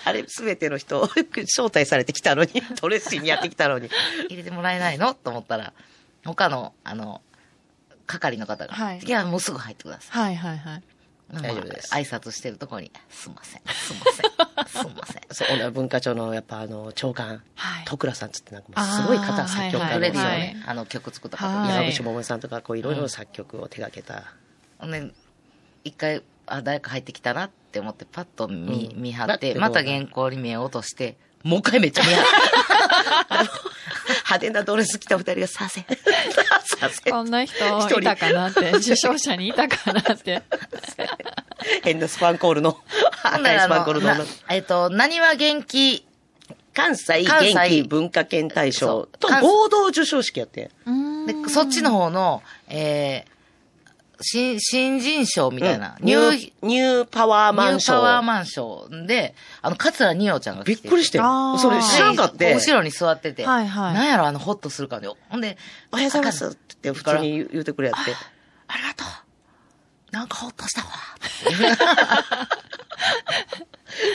[SPEAKER 3] あれ、すべての人、招待されてきたのに、ドレッシーにやってきたのに。
[SPEAKER 4] 入れてもらえないのと思ったら、他の、あの、係の方が、
[SPEAKER 5] はい
[SPEAKER 4] や、もうすぐ入ってください。
[SPEAKER 5] はいはいはい。
[SPEAKER 3] 大丈夫です
[SPEAKER 4] まあ挨拶してるところに、すんません、すんません、すんません。
[SPEAKER 3] そう、俺は文化庁の、やっぱあの、長官、
[SPEAKER 5] はい
[SPEAKER 3] 徳良さんつってなんかもうすごい
[SPEAKER 5] あー
[SPEAKER 3] 方、作曲
[SPEAKER 5] は
[SPEAKER 3] 家
[SPEAKER 5] い
[SPEAKER 4] レディ
[SPEAKER 3] の、
[SPEAKER 4] オ
[SPEAKER 5] はい
[SPEAKER 4] ね、あの曲作った方
[SPEAKER 5] はい
[SPEAKER 3] 山口百恵さんとか、こう、いろいろ作曲を手掛けた。
[SPEAKER 4] ほんで、一回、あ、誰か入ってきたなって思って、パッと見、
[SPEAKER 3] うん
[SPEAKER 4] 見張っ
[SPEAKER 3] だって
[SPEAKER 4] て、
[SPEAKER 3] どう
[SPEAKER 4] また原稿に目を落として、もう一回めっちゃ見張って。
[SPEAKER 3] 派手なドレス着た二人がさせん。させん
[SPEAKER 5] こんな人いたかなって、受賞者にいたか なって。
[SPEAKER 3] 変なスパンコールの、
[SPEAKER 4] ほ んな
[SPEAKER 3] 赤 い
[SPEAKER 4] ら
[SPEAKER 3] ス
[SPEAKER 4] あの
[SPEAKER 3] パンコールの女
[SPEAKER 4] なえっと、何は元気、
[SPEAKER 3] 関西
[SPEAKER 4] 関西
[SPEAKER 3] 元気文化圏大賞と
[SPEAKER 4] そう
[SPEAKER 3] 合同受賞式やって。
[SPEAKER 4] でそっちの方の、えー、新、新人賞みたいな、
[SPEAKER 3] うん
[SPEAKER 4] ニ
[SPEAKER 3] ニ
[SPEAKER 4] ュー、
[SPEAKER 3] ュー、ニューパワー
[SPEAKER 4] ニ
[SPEAKER 3] マ
[SPEAKER 4] ュ
[SPEAKER 3] ン
[SPEAKER 4] ー
[SPEAKER 3] シ
[SPEAKER 4] パワー
[SPEAKER 3] ョン。
[SPEAKER 4] マンションで、あの、桂二葉ちゃんが
[SPEAKER 3] び
[SPEAKER 4] 来
[SPEAKER 3] って
[SPEAKER 4] て
[SPEAKER 3] くりしてる
[SPEAKER 5] あー。
[SPEAKER 3] それ知らんかって。
[SPEAKER 4] 後ろに座ってて、
[SPEAKER 5] はいはい
[SPEAKER 4] なんやろ、あの、ホッとする感じ。ほんで、
[SPEAKER 3] おはようございますって言って普通に言うてくれやって。
[SPEAKER 4] ありがとう。なんかホッとしたわ。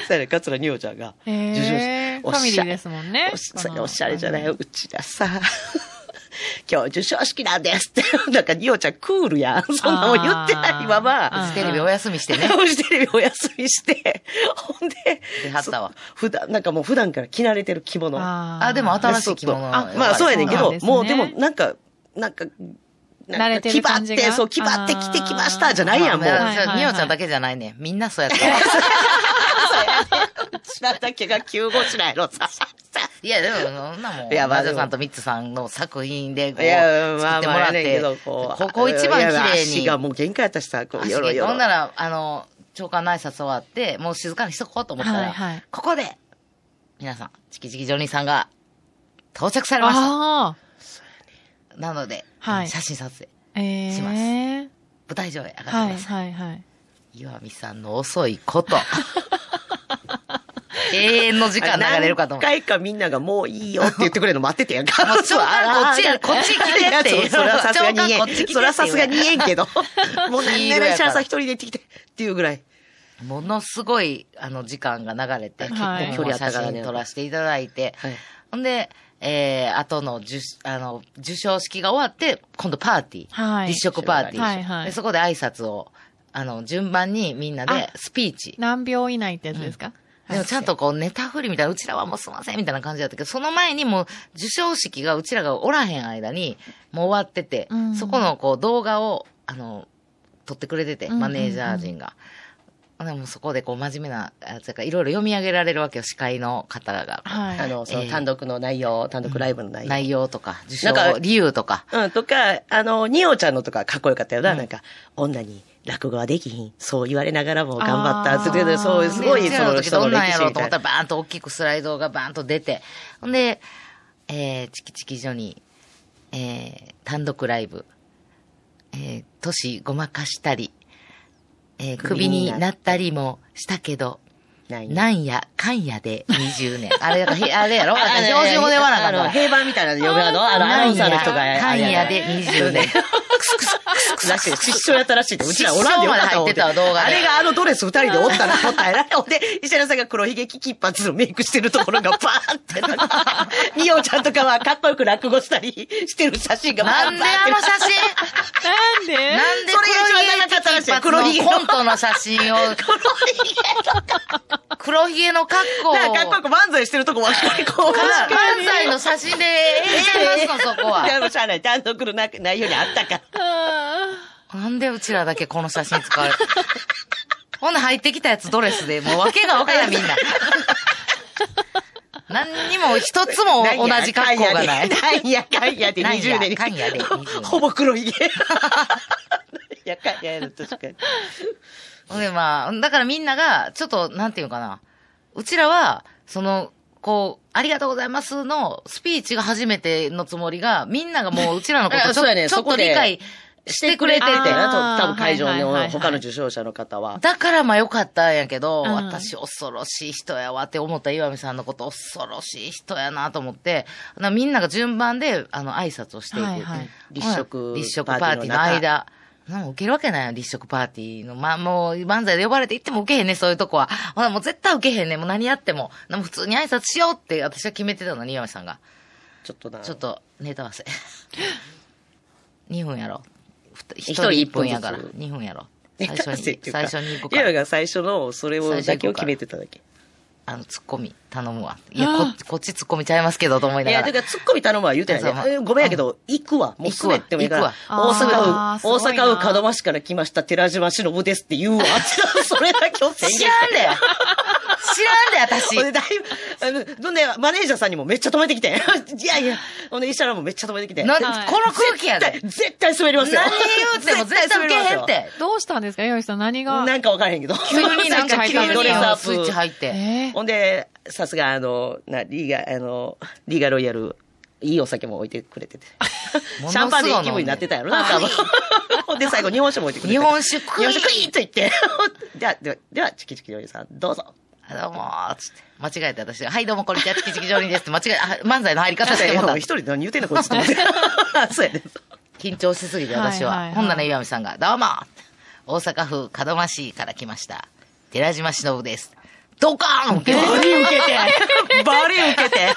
[SPEAKER 3] そやね、桂二葉ちゃんが
[SPEAKER 5] へー
[SPEAKER 3] 受賞式
[SPEAKER 5] ファミリーですもんね
[SPEAKER 3] おし
[SPEAKER 5] この
[SPEAKER 3] それおしゃれじゃない。うちらさ、 今日受賞式なんですって。 なんか二葉ちゃんクールやん。そんなもん言ってないま
[SPEAKER 5] あ
[SPEAKER 3] ま
[SPEAKER 5] ー。
[SPEAKER 4] テレビお休みしてね。
[SPEAKER 3] フジテレビお休みして、ほんで、
[SPEAKER 4] 出はったわ
[SPEAKER 3] そ普段、なんかもう普段から着慣れてる着物。
[SPEAKER 5] あー
[SPEAKER 4] あ、でも新しい着物。
[SPEAKER 3] そうそうあまあそうやねんけ
[SPEAKER 5] そ
[SPEAKER 3] ど
[SPEAKER 5] うなんですね
[SPEAKER 3] もうでもなんか、なんか、
[SPEAKER 5] 慣
[SPEAKER 3] なん
[SPEAKER 5] れ
[SPEAKER 3] か
[SPEAKER 5] て
[SPEAKER 3] 気
[SPEAKER 5] る
[SPEAKER 3] 張っ
[SPEAKER 5] 感じが
[SPEAKER 3] て、そう、気張って着てきましたじゃないやん、もう。
[SPEAKER 4] まあ
[SPEAKER 5] はいはいはい
[SPEAKER 4] ニオちゃんだけじゃないね。みんなそうやったわ。
[SPEAKER 3] う ちらだけが急ごしないのさ。
[SPEAKER 4] いや、でも、そんなもん。
[SPEAKER 3] いやまあ
[SPEAKER 4] マジョさんとミッツさんの作品で、こう、
[SPEAKER 3] いや、ま
[SPEAKER 4] 作っ
[SPEAKER 3] あ
[SPEAKER 4] ても
[SPEAKER 3] ま
[SPEAKER 4] ら
[SPEAKER 3] あ
[SPEAKER 4] っ
[SPEAKER 3] あれやけ
[SPEAKER 4] て
[SPEAKER 3] ど、こ、う。
[SPEAKER 4] ここ一番綺
[SPEAKER 3] いや
[SPEAKER 4] 麗
[SPEAKER 3] 足
[SPEAKER 4] に。
[SPEAKER 3] がもう限界やったしさ、こう、よろよ
[SPEAKER 4] ほ
[SPEAKER 3] ろ
[SPEAKER 4] ん。なら、あの、長官の挨拶終わって、もう静かにしとこうと思ったら、
[SPEAKER 5] はいはい
[SPEAKER 4] ここで、皆さん、チキチキジョニーさんが、到着されまし
[SPEAKER 5] あ
[SPEAKER 4] た。なので、
[SPEAKER 5] はい
[SPEAKER 4] 写真撮影、
[SPEAKER 5] あ。ええ。
[SPEAKER 4] します舞台上へ上がってくださ。
[SPEAKER 5] はいいはいはい。
[SPEAKER 4] 岩見さんの遅いこと。 永遠の時間流れるかと思って。
[SPEAKER 3] 何回かみんながもういいよって言ってくれるの待っててやん か。
[SPEAKER 4] もう長官こっ ちやこっち来てって
[SPEAKER 3] いやそそれはさすがに言
[SPEAKER 4] 長官こっ
[SPEAKER 3] え
[SPEAKER 4] ち来てっ
[SPEAKER 3] ん。
[SPEAKER 4] て
[SPEAKER 3] それはさすがに言えん けど。もう何なら石原さん一人で行ってきてっていうぐらい。
[SPEAKER 4] ものすごい、あの、時間が流れて、結
[SPEAKER 5] はい
[SPEAKER 4] 構距離あったからね写真撮らせていただいて、
[SPEAKER 3] はい
[SPEAKER 4] ほんで、えー、後の受、あの、受賞式が終わって、今度パーティー。
[SPEAKER 5] はい
[SPEAKER 4] 立食パーティー、
[SPEAKER 5] はいはい
[SPEAKER 4] で。そこで挨拶を、あの、順番にみんなで
[SPEAKER 5] あ
[SPEAKER 4] スピーチ。
[SPEAKER 5] 何秒以内ってやつですか
[SPEAKER 4] でもちゃんとこうネタ振りみたいな、うちらはもうすいませんみたいな感じだったけど、その前にもう受賞式がうちらがおらへん間に、もう終わってて、
[SPEAKER 5] うん
[SPEAKER 4] そこのこう動画を、あの、撮ってくれてて、
[SPEAKER 5] うんうん
[SPEAKER 4] マネージャー陣が。でもそこでこう真面目なやつやから、いろいろ読み上げられるわけよ、司会の方が。
[SPEAKER 5] はい。
[SPEAKER 3] あの、そ
[SPEAKER 4] え
[SPEAKER 3] の
[SPEAKER 4] え
[SPEAKER 3] 単独の内容、単独ライブの内容。
[SPEAKER 4] 内容とか、受
[SPEAKER 3] なん
[SPEAKER 4] 賞
[SPEAKER 3] か
[SPEAKER 4] 理由とか。
[SPEAKER 3] うん、とか、あの、ニオちゃんのとかかっこよかったよな、なんか、女に落語はできひん、そう言われながらも頑張った、
[SPEAKER 5] あー
[SPEAKER 3] それで、そう、すごい、
[SPEAKER 4] で
[SPEAKER 3] その
[SPEAKER 4] うち
[SPEAKER 3] 人
[SPEAKER 4] ら
[SPEAKER 3] の
[SPEAKER 4] の時どん
[SPEAKER 3] 歴
[SPEAKER 4] なんや
[SPEAKER 3] 史
[SPEAKER 4] ろう
[SPEAKER 3] み
[SPEAKER 4] と
[SPEAKER 3] た
[SPEAKER 4] 思っ
[SPEAKER 3] い
[SPEAKER 4] た
[SPEAKER 3] な
[SPEAKER 4] ら、バーンと大きくスライドがバーンと出て、ほんで、えー、チキチキ所に、えー、単独ライブ、えー、年ごまかしたり、えー、首
[SPEAKER 3] 首に
[SPEAKER 4] に
[SPEAKER 3] な
[SPEAKER 4] なったりもしたけど、
[SPEAKER 3] ない
[SPEAKER 4] なんや、かんやで20年。あれ、へあれや ろ
[SPEAKER 3] ああの
[SPEAKER 4] 標準語で言わなあかっ
[SPEAKER 3] あの
[SPEAKER 4] た
[SPEAKER 3] 平板みたいなの呼ぶやの、あの、アナウンサーの人が。
[SPEAKER 4] かんやで20年。
[SPEAKER 3] らしい。失笑やったらしいって。うちらおらんでよかった思
[SPEAKER 4] 失笑まで入ってたわ動画で
[SPEAKER 3] あれがあのドレス二人でおったらおったら。ほんで、石原さんが黒ひげ危機一髪のメイクしてるところがバーンって なんか。ニオちゃんとかはかっこよく落語したりしてる写真がバーン
[SPEAKER 4] な
[SPEAKER 3] っ
[SPEAKER 4] ん
[SPEAKER 3] て
[SPEAKER 4] であの写真
[SPEAKER 5] なんで
[SPEAKER 4] なんで
[SPEAKER 3] それが一番長かったらしい
[SPEAKER 4] 黒ひ
[SPEAKER 3] 黒ひ
[SPEAKER 4] げ
[SPEAKER 3] げ
[SPEAKER 4] の
[SPEAKER 3] の
[SPEAKER 4] コントの写真を。黒ひげの格好を。
[SPEAKER 3] なんかかっこよく漫才してるとこばっかりこう。
[SPEAKER 4] 漫才の写真で演じてますの、そこ
[SPEAKER 3] いや、
[SPEAKER 4] は。
[SPEAKER 3] もうしゃあない。単独の内内容にあったから。
[SPEAKER 4] なんでうちらだけこの写真使われて。ほんで入ってきたやつドレスで、もう訳がわからんみ んな。何にも一つも同じ格好がない。
[SPEAKER 3] なんやかんやで、な
[SPEAKER 4] なんんや
[SPEAKER 3] や
[SPEAKER 4] か
[SPEAKER 3] かん
[SPEAKER 4] ん
[SPEAKER 3] や
[SPEAKER 4] や
[SPEAKER 3] で
[SPEAKER 4] で
[SPEAKER 3] 20年
[SPEAKER 4] 20
[SPEAKER 3] に。
[SPEAKER 4] 年
[SPEAKER 3] ほぼ黒ひげ。なんやかんやで、確かに。
[SPEAKER 4] ほんでまあ、だからみんなが、ちょっと、なんていうのかな。うちらは、その、こう、ありがとうございますのスピーチが初めてのつもりが、みんながもううちらの こ
[SPEAKER 3] あ
[SPEAKER 4] とち
[SPEAKER 3] そう
[SPEAKER 4] ょ,、
[SPEAKER 3] やね
[SPEAKER 4] ちょっ
[SPEAKER 3] そことで
[SPEAKER 4] 理解してくれてて。
[SPEAKER 5] してくれてて
[SPEAKER 4] あ
[SPEAKER 3] なと多分会場
[SPEAKER 5] はいはいはいは
[SPEAKER 3] の
[SPEAKER 5] い
[SPEAKER 3] 他の受賞者の方は。
[SPEAKER 4] だからまあよかったんやけど、
[SPEAKER 5] うん
[SPEAKER 4] 私恐ろしい人やわって思った岩見さんのこと恐ろしい人やなと思って、なみんなが順番であの挨拶をしていく。
[SPEAKER 5] はいはい
[SPEAKER 3] 立食
[SPEAKER 4] 立食パーティーの間。なんか受けるわけないよ、立食パーティーの。まあもう、漫才で呼ばれて行っても受けへんね、そういうとこは。ほら、もう絶対受けへんね、もう何やっても。でも普通に挨拶しようって私は決めてたのに、岩見さんが。
[SPEAKER 3] ちょっとな。
[SPEAKER 4] ちょっと、ネタ合わせ。2分やろ。1
[SPEAKER 3] 一
[SPEAKER 4] 人
[SPEAKER 3] 人
[SPEAKER 4] 1
[SPEAKER 3] 一
[SPEAKER 4] 分
[SPEAKER 3] 分
[SPEAKER 4] やから。
[SPEAKER 3] ずつ
[SPEAKER 4] 2分やろ。
[SPEAKER 3] ネ
[SPEAKER 4] 最
[SPEAKER 3] タ合わ
[SPEAKER 4] 初
[SPEAKER 3] せっ
[SPEAKER 4] に、
[SPEAKER 3] ていうか
[SPEAKER 4] 最初 に行こう
[SPEAKER 3] いや
[SPEAKER 4] か。
[SPEAKER 3] が最初のそれをだけを決めてただけ。
[SPEAKER 4] あの、ツッコミ、頼むわ。いや、ここっちツッコミちゃいますけど、と思い
[SPEAKER 3] い
[SPEAKER 4] なが
[SPEAKER 3] や、
[SPEAKER 4] ら。
[SPEAKER 3] だから、突っ込み頼むわ言うてない
[SPEAKER 4] そう
[SPEAKER 3] ね。
[SPEAKER 4] そう
[SPEAKER 3] えごめんやけど、行くわ。もう
[SPEAKER 4] 行くわ
[SPEAKER 3] 滑ってもいいから。
[SPEAKER 5] 行くわ
[SPEAKER 3] 大阪府、大
[SPEAKER 5] あーすごいな
[SPEAKER 3] 阪府門真市から来ました、寺島忍ですって言うわ。 それだけを宣言
[SPEAKER 4] 知らんだよ知らんだよ、私
[SPEAKER 3] ほんで、だいぶ、あの、どんで、マネージャーさんにもめっちゃ止めてきてん。 いやいや、ほんで、石原もめっちゃ止めてきてん。
[SPEAKER 4] な
[SPEAKER 5] はい
[SPEAKER 4] この空気や
[SPEAKER 3] 絶対
[SPEAKER 4] で。
[SPEAKER 3] 絶対滑りますよ。
[SPEAKER 4] 何言うても絶対受けへんっ。て。
[SPEAKER 5] どうしたんですか、岩井さん、何が。
[SPEAKER 3] なんかわからへんけど。
[SPEAKER 4] 急になんか
[SPEAKER 5] スイッチ入った
[SPEAKER 4] 急に
[SPEAKER 3] ドレスアップ
[SPEAKER 4] スイッチ入って。
[SPEAKER 5] えー
[SPEAKER 3] ほんで、さすが、あの、な、リーガ、あの、リーガロイヤル、いいお酒も置いてくれてて。
[SPEAKER 4] もの
[SPEAKER 3] シ
[SPEAKER 4] すごい飲んでる
[SPEAKER 3] ャンパンでいい気分になってたやろな、 多分。ほんで、最後、日本酒も置いてくれて。
[SPEAKER 4] 日本酒クイーン
[SPEAKER 3] 日本酒クイーンと言って。 では、では、では、チキチキ料理さん、どうぞ。
[SPEAKER 4] あどうもー、つって。間違えて私が、はい、どうも、こんにちは、チキチキジョニーですって、間違え、あ漫才の入り方 してもらっ
[SPEAKER 3] 一
[SPEAKER 4] た。
[SPEAKER 3] 人で何言うてんの、こいつと思って。そうやね。
[SPEAKER 4] 緊張しすぎて、私は。
[SPEAKER 5] はいはいはい
[SPEAKER 4] ほんなら岩見さんが、どうも大阪府門真市から来ました。寺島忍です。ドカーン受けて
[SPEAKER 3] バリ受けて。バリ受けて。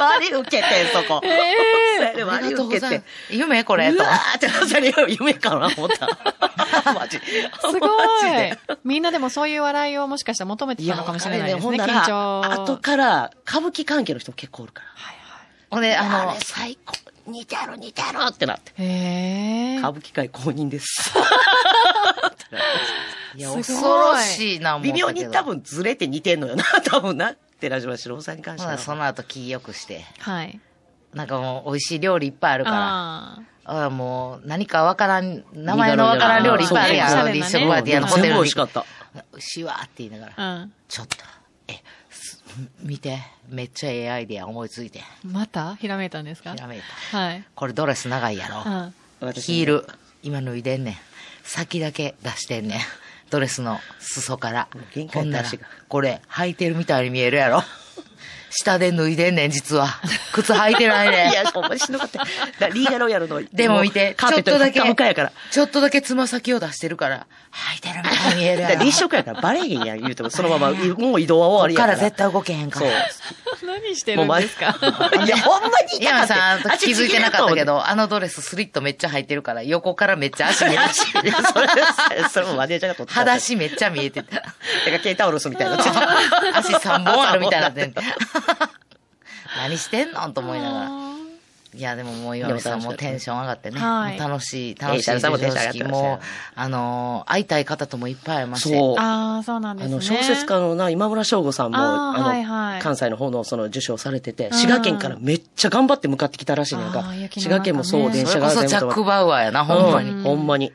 [SPEAKER 3] バリ受けて、そこ。そうやね、
[SPEAKER 4] あ
[SPEAKER 3] バ
[SPEAKER 4] り
[SPEAKER 3] リ
[SPEAKER 4] がとう
[SPEAKER 3] 受
[SPEAKER 4] ご
[SPEAKER 3] け
[SPEAKER 4] ざ
[SPEAKER 3] て
[SPEAKER 4] いま。す。夢これ、
[SPEAKER 3] う
[SPEAKER 4] と
[SPEAKER 3] わ。ーって、それ夢かな、思った。マジ。
[SPEAKER 5] すごい。みんなでもそういう笑いをもしかしたら求めて
[SPEAKER 3] い
[SPEAKER 5] た
[SPEAKER 3] や、
[SPEAKER 5] の
[SPEAKER 3] わかも
[SPEAKER 5] かもし
[SPEAKER 3] し
[SPEAKER 5] れ
[SPEAKER 3] れ
[SPEAKER 5] な
[SPEAKER 3] ないい
[SPEAKER 5] で
[SPEAKER 3] ね。
[SPEAKER 5] す
[SPEAKER 3] ほ
[SPEAKER 5] ね、
[SPEAKER 3] んな
[SPEAKER 5] 緊
[SPEAKER 3] ら、
[SPEAKER 5] 張。
[SPEAKER 3] 後から、歌舞伎関係の人も結構おるから。
[SPEAKER 4] ほんで、あ
[SPEAKER 3] あ
[SPEAKER 4] の
[SPEAKER 3] れ、、最高。似てる、似てるってなって。
[SPEAKER 5] へえ
[SPEAKER 3] 歌。舞伎界公認です。
[SPEAKER 4] いや、
[SPEAKER 5] すごい
[SPEAKER 4] 恐ろしいな、思った
[SPEAKER 3] 微
[SPEAKER 4] けど
[SPEAKER 3] 妙に多。分ずれて似てんのよな、多分な。寺島し郎さんに関して
[SPEAKER 4] ほんな
[SPEAKER 3] は。
[SPEAKER 4] らその後、気良くして。
[SPEAKER 5] はい。
[SPEAKER 4] なんかもう、美味しい料理いっぱいあるから。
[SPEAKER 5] あー
[SPEAKER 4] ああ、もう、何かわからん、名前のわからん料理いっぱいあるやん。
[SPEAKER 5] そう
[SPEAKER 4] あの、立食パーティーのホテル
[SPEAKER 3] 全
[SPEAKER 4] に
[SPEAKER 3] 部美
[SPEAKER 4] 行く
[SPEAKER 3] 味しかった。
[SPEAKER 4] 美味しいわって言いながら、
[SPEAKER 5] うん。
[SPEAKER 4] ちょっと、え、す見て、めっちゃええアイデア思いついて、
[SPEAKER 5] またひらめいたんですか
[SPEAKER 4] ひらめいた。
[SPEAKER 5] はい。
[SPEAKER 4] これドレス長いやろ。
[SPEAKER 5] うん
[SPEAKER 4] ヒール、今脱いでんねん。先だけ出してんねん。ドレスの裾から
[SPEAKER 3] もう。限
[SPEAKER 4] ほ
[SPEAKER 3] 界
[SPEAKER 4] んなら
[SPEAKER 3] 出しが、
[SPEAKER 4] これ、履いてるみたいに見えるやろ。下で脱いでんねん、実は。靴履いてないね ん。
[SPEAKER 3] いや、ほんまにしんどかった。だからリーガロイヤルの、
[SPEAKER 4] でも見て、
[SPEAKER 3] カー
[SPEAKER 4] ちょ
[SPEAKER 3] ペ
[SPEAKER 4] っ
[SPEAKER 3] ット
[SPEAKER 4] とだけ、
[SPEAKER 3] 向かやから。
[SPEAKER 4] ちょっとだけつま先を出してるから、履いてるみたいに見える
[SPEAKER 3] だ
[SPEAKER 4] や
[SPEAKER 3] から
[SPEAKER 4] ろ。
[SPEAKER 3] 立食やからバレへんやん、言うても。そのまま、もう移動は終
[SPEAKER 4] こ
[SPEAKER 3] わ
[SPEAKER 4] っ
[SPEAKER 3] り
[SPEAKER 4] か
[SPEAKER 3] やからら。
[SPEAKER 4] 絶対動けへんから。
[SPEAKER 5] 何して
[SPEAKER 3] も
[SPEAKER 5] る
[SPEAKER 3] うんま
[SPEAKER 5] ですか
[SPEAKER 3] いや、ほんまに痛
[SPEAKER 4] 山
[SPEAKER 3] かっ
[SPEAKER 4] 田さん、
[SPEAKER 3] た
[SPEAKER 4] あの時気づいてなかったけ。ど、あのドレススリットめっちゃ入ってるから、横からめっちゃ足見えるし、
[SPEAKER 3] いや、それ、それもマネージャーが取ってた。
[SPEAKER 4] 裸足めっちゃ見えてた。
[SPEAKER 3] なんか、ケイタオロスみたいな。
[SPEAKER 4] 足3本あるみたいになってん
[SPEAKER 3] で
[SPEAKER 4] 何してんの と思いながら。
[SPEAKER 5] あ
[SPEAKER 4] いや、でももう岩見さんもテンション上がってね。
[SPEAKER 5] はい
[SPEAKER 4] もう楽しい、楽しい
[SPEAKER 3] いや石原さんもテンション上が
[SPEAKER 4] 授
[SPEAKER 3] って
[SPEAKER 4] 賞式
[SPEAKER 3] ましたよ
[SPEAKER 4] もう、あのー会いたい方ともいっぱい会いまして。
[SPEAKER 3] そう。あ
[SPEAKER 5] ーあー、そうなんですね。
[SPEAKER 3] の、小説家のな、今村翔吾さんも、
[SPEAKER 5] あーはい
[SPEAKER 3] あ
[SPEAKER 5] はい
[SPEAKER 3] の、関西の方のその受賞されてて
[SPEAKER 5] ん、
[SPEAKER 3] 滋賀県からめっちゃ頑張って向かってきたらしいねん
[SPEAKER 5] あ
[SPEAKER 3] か
[SPEAKER 5] ー雪。の中ね
[SPEAKER 3] 滋賀県もそう、電
[SPEAKER 4] そ
[SPEAKER 3] 車
[SPEAKER 4] れこ
[SPEAKER 3] が
[SPEAKER 4] そジャック・バウアーやな、ほんまに。
[SPEAKER 3] うんほんまに。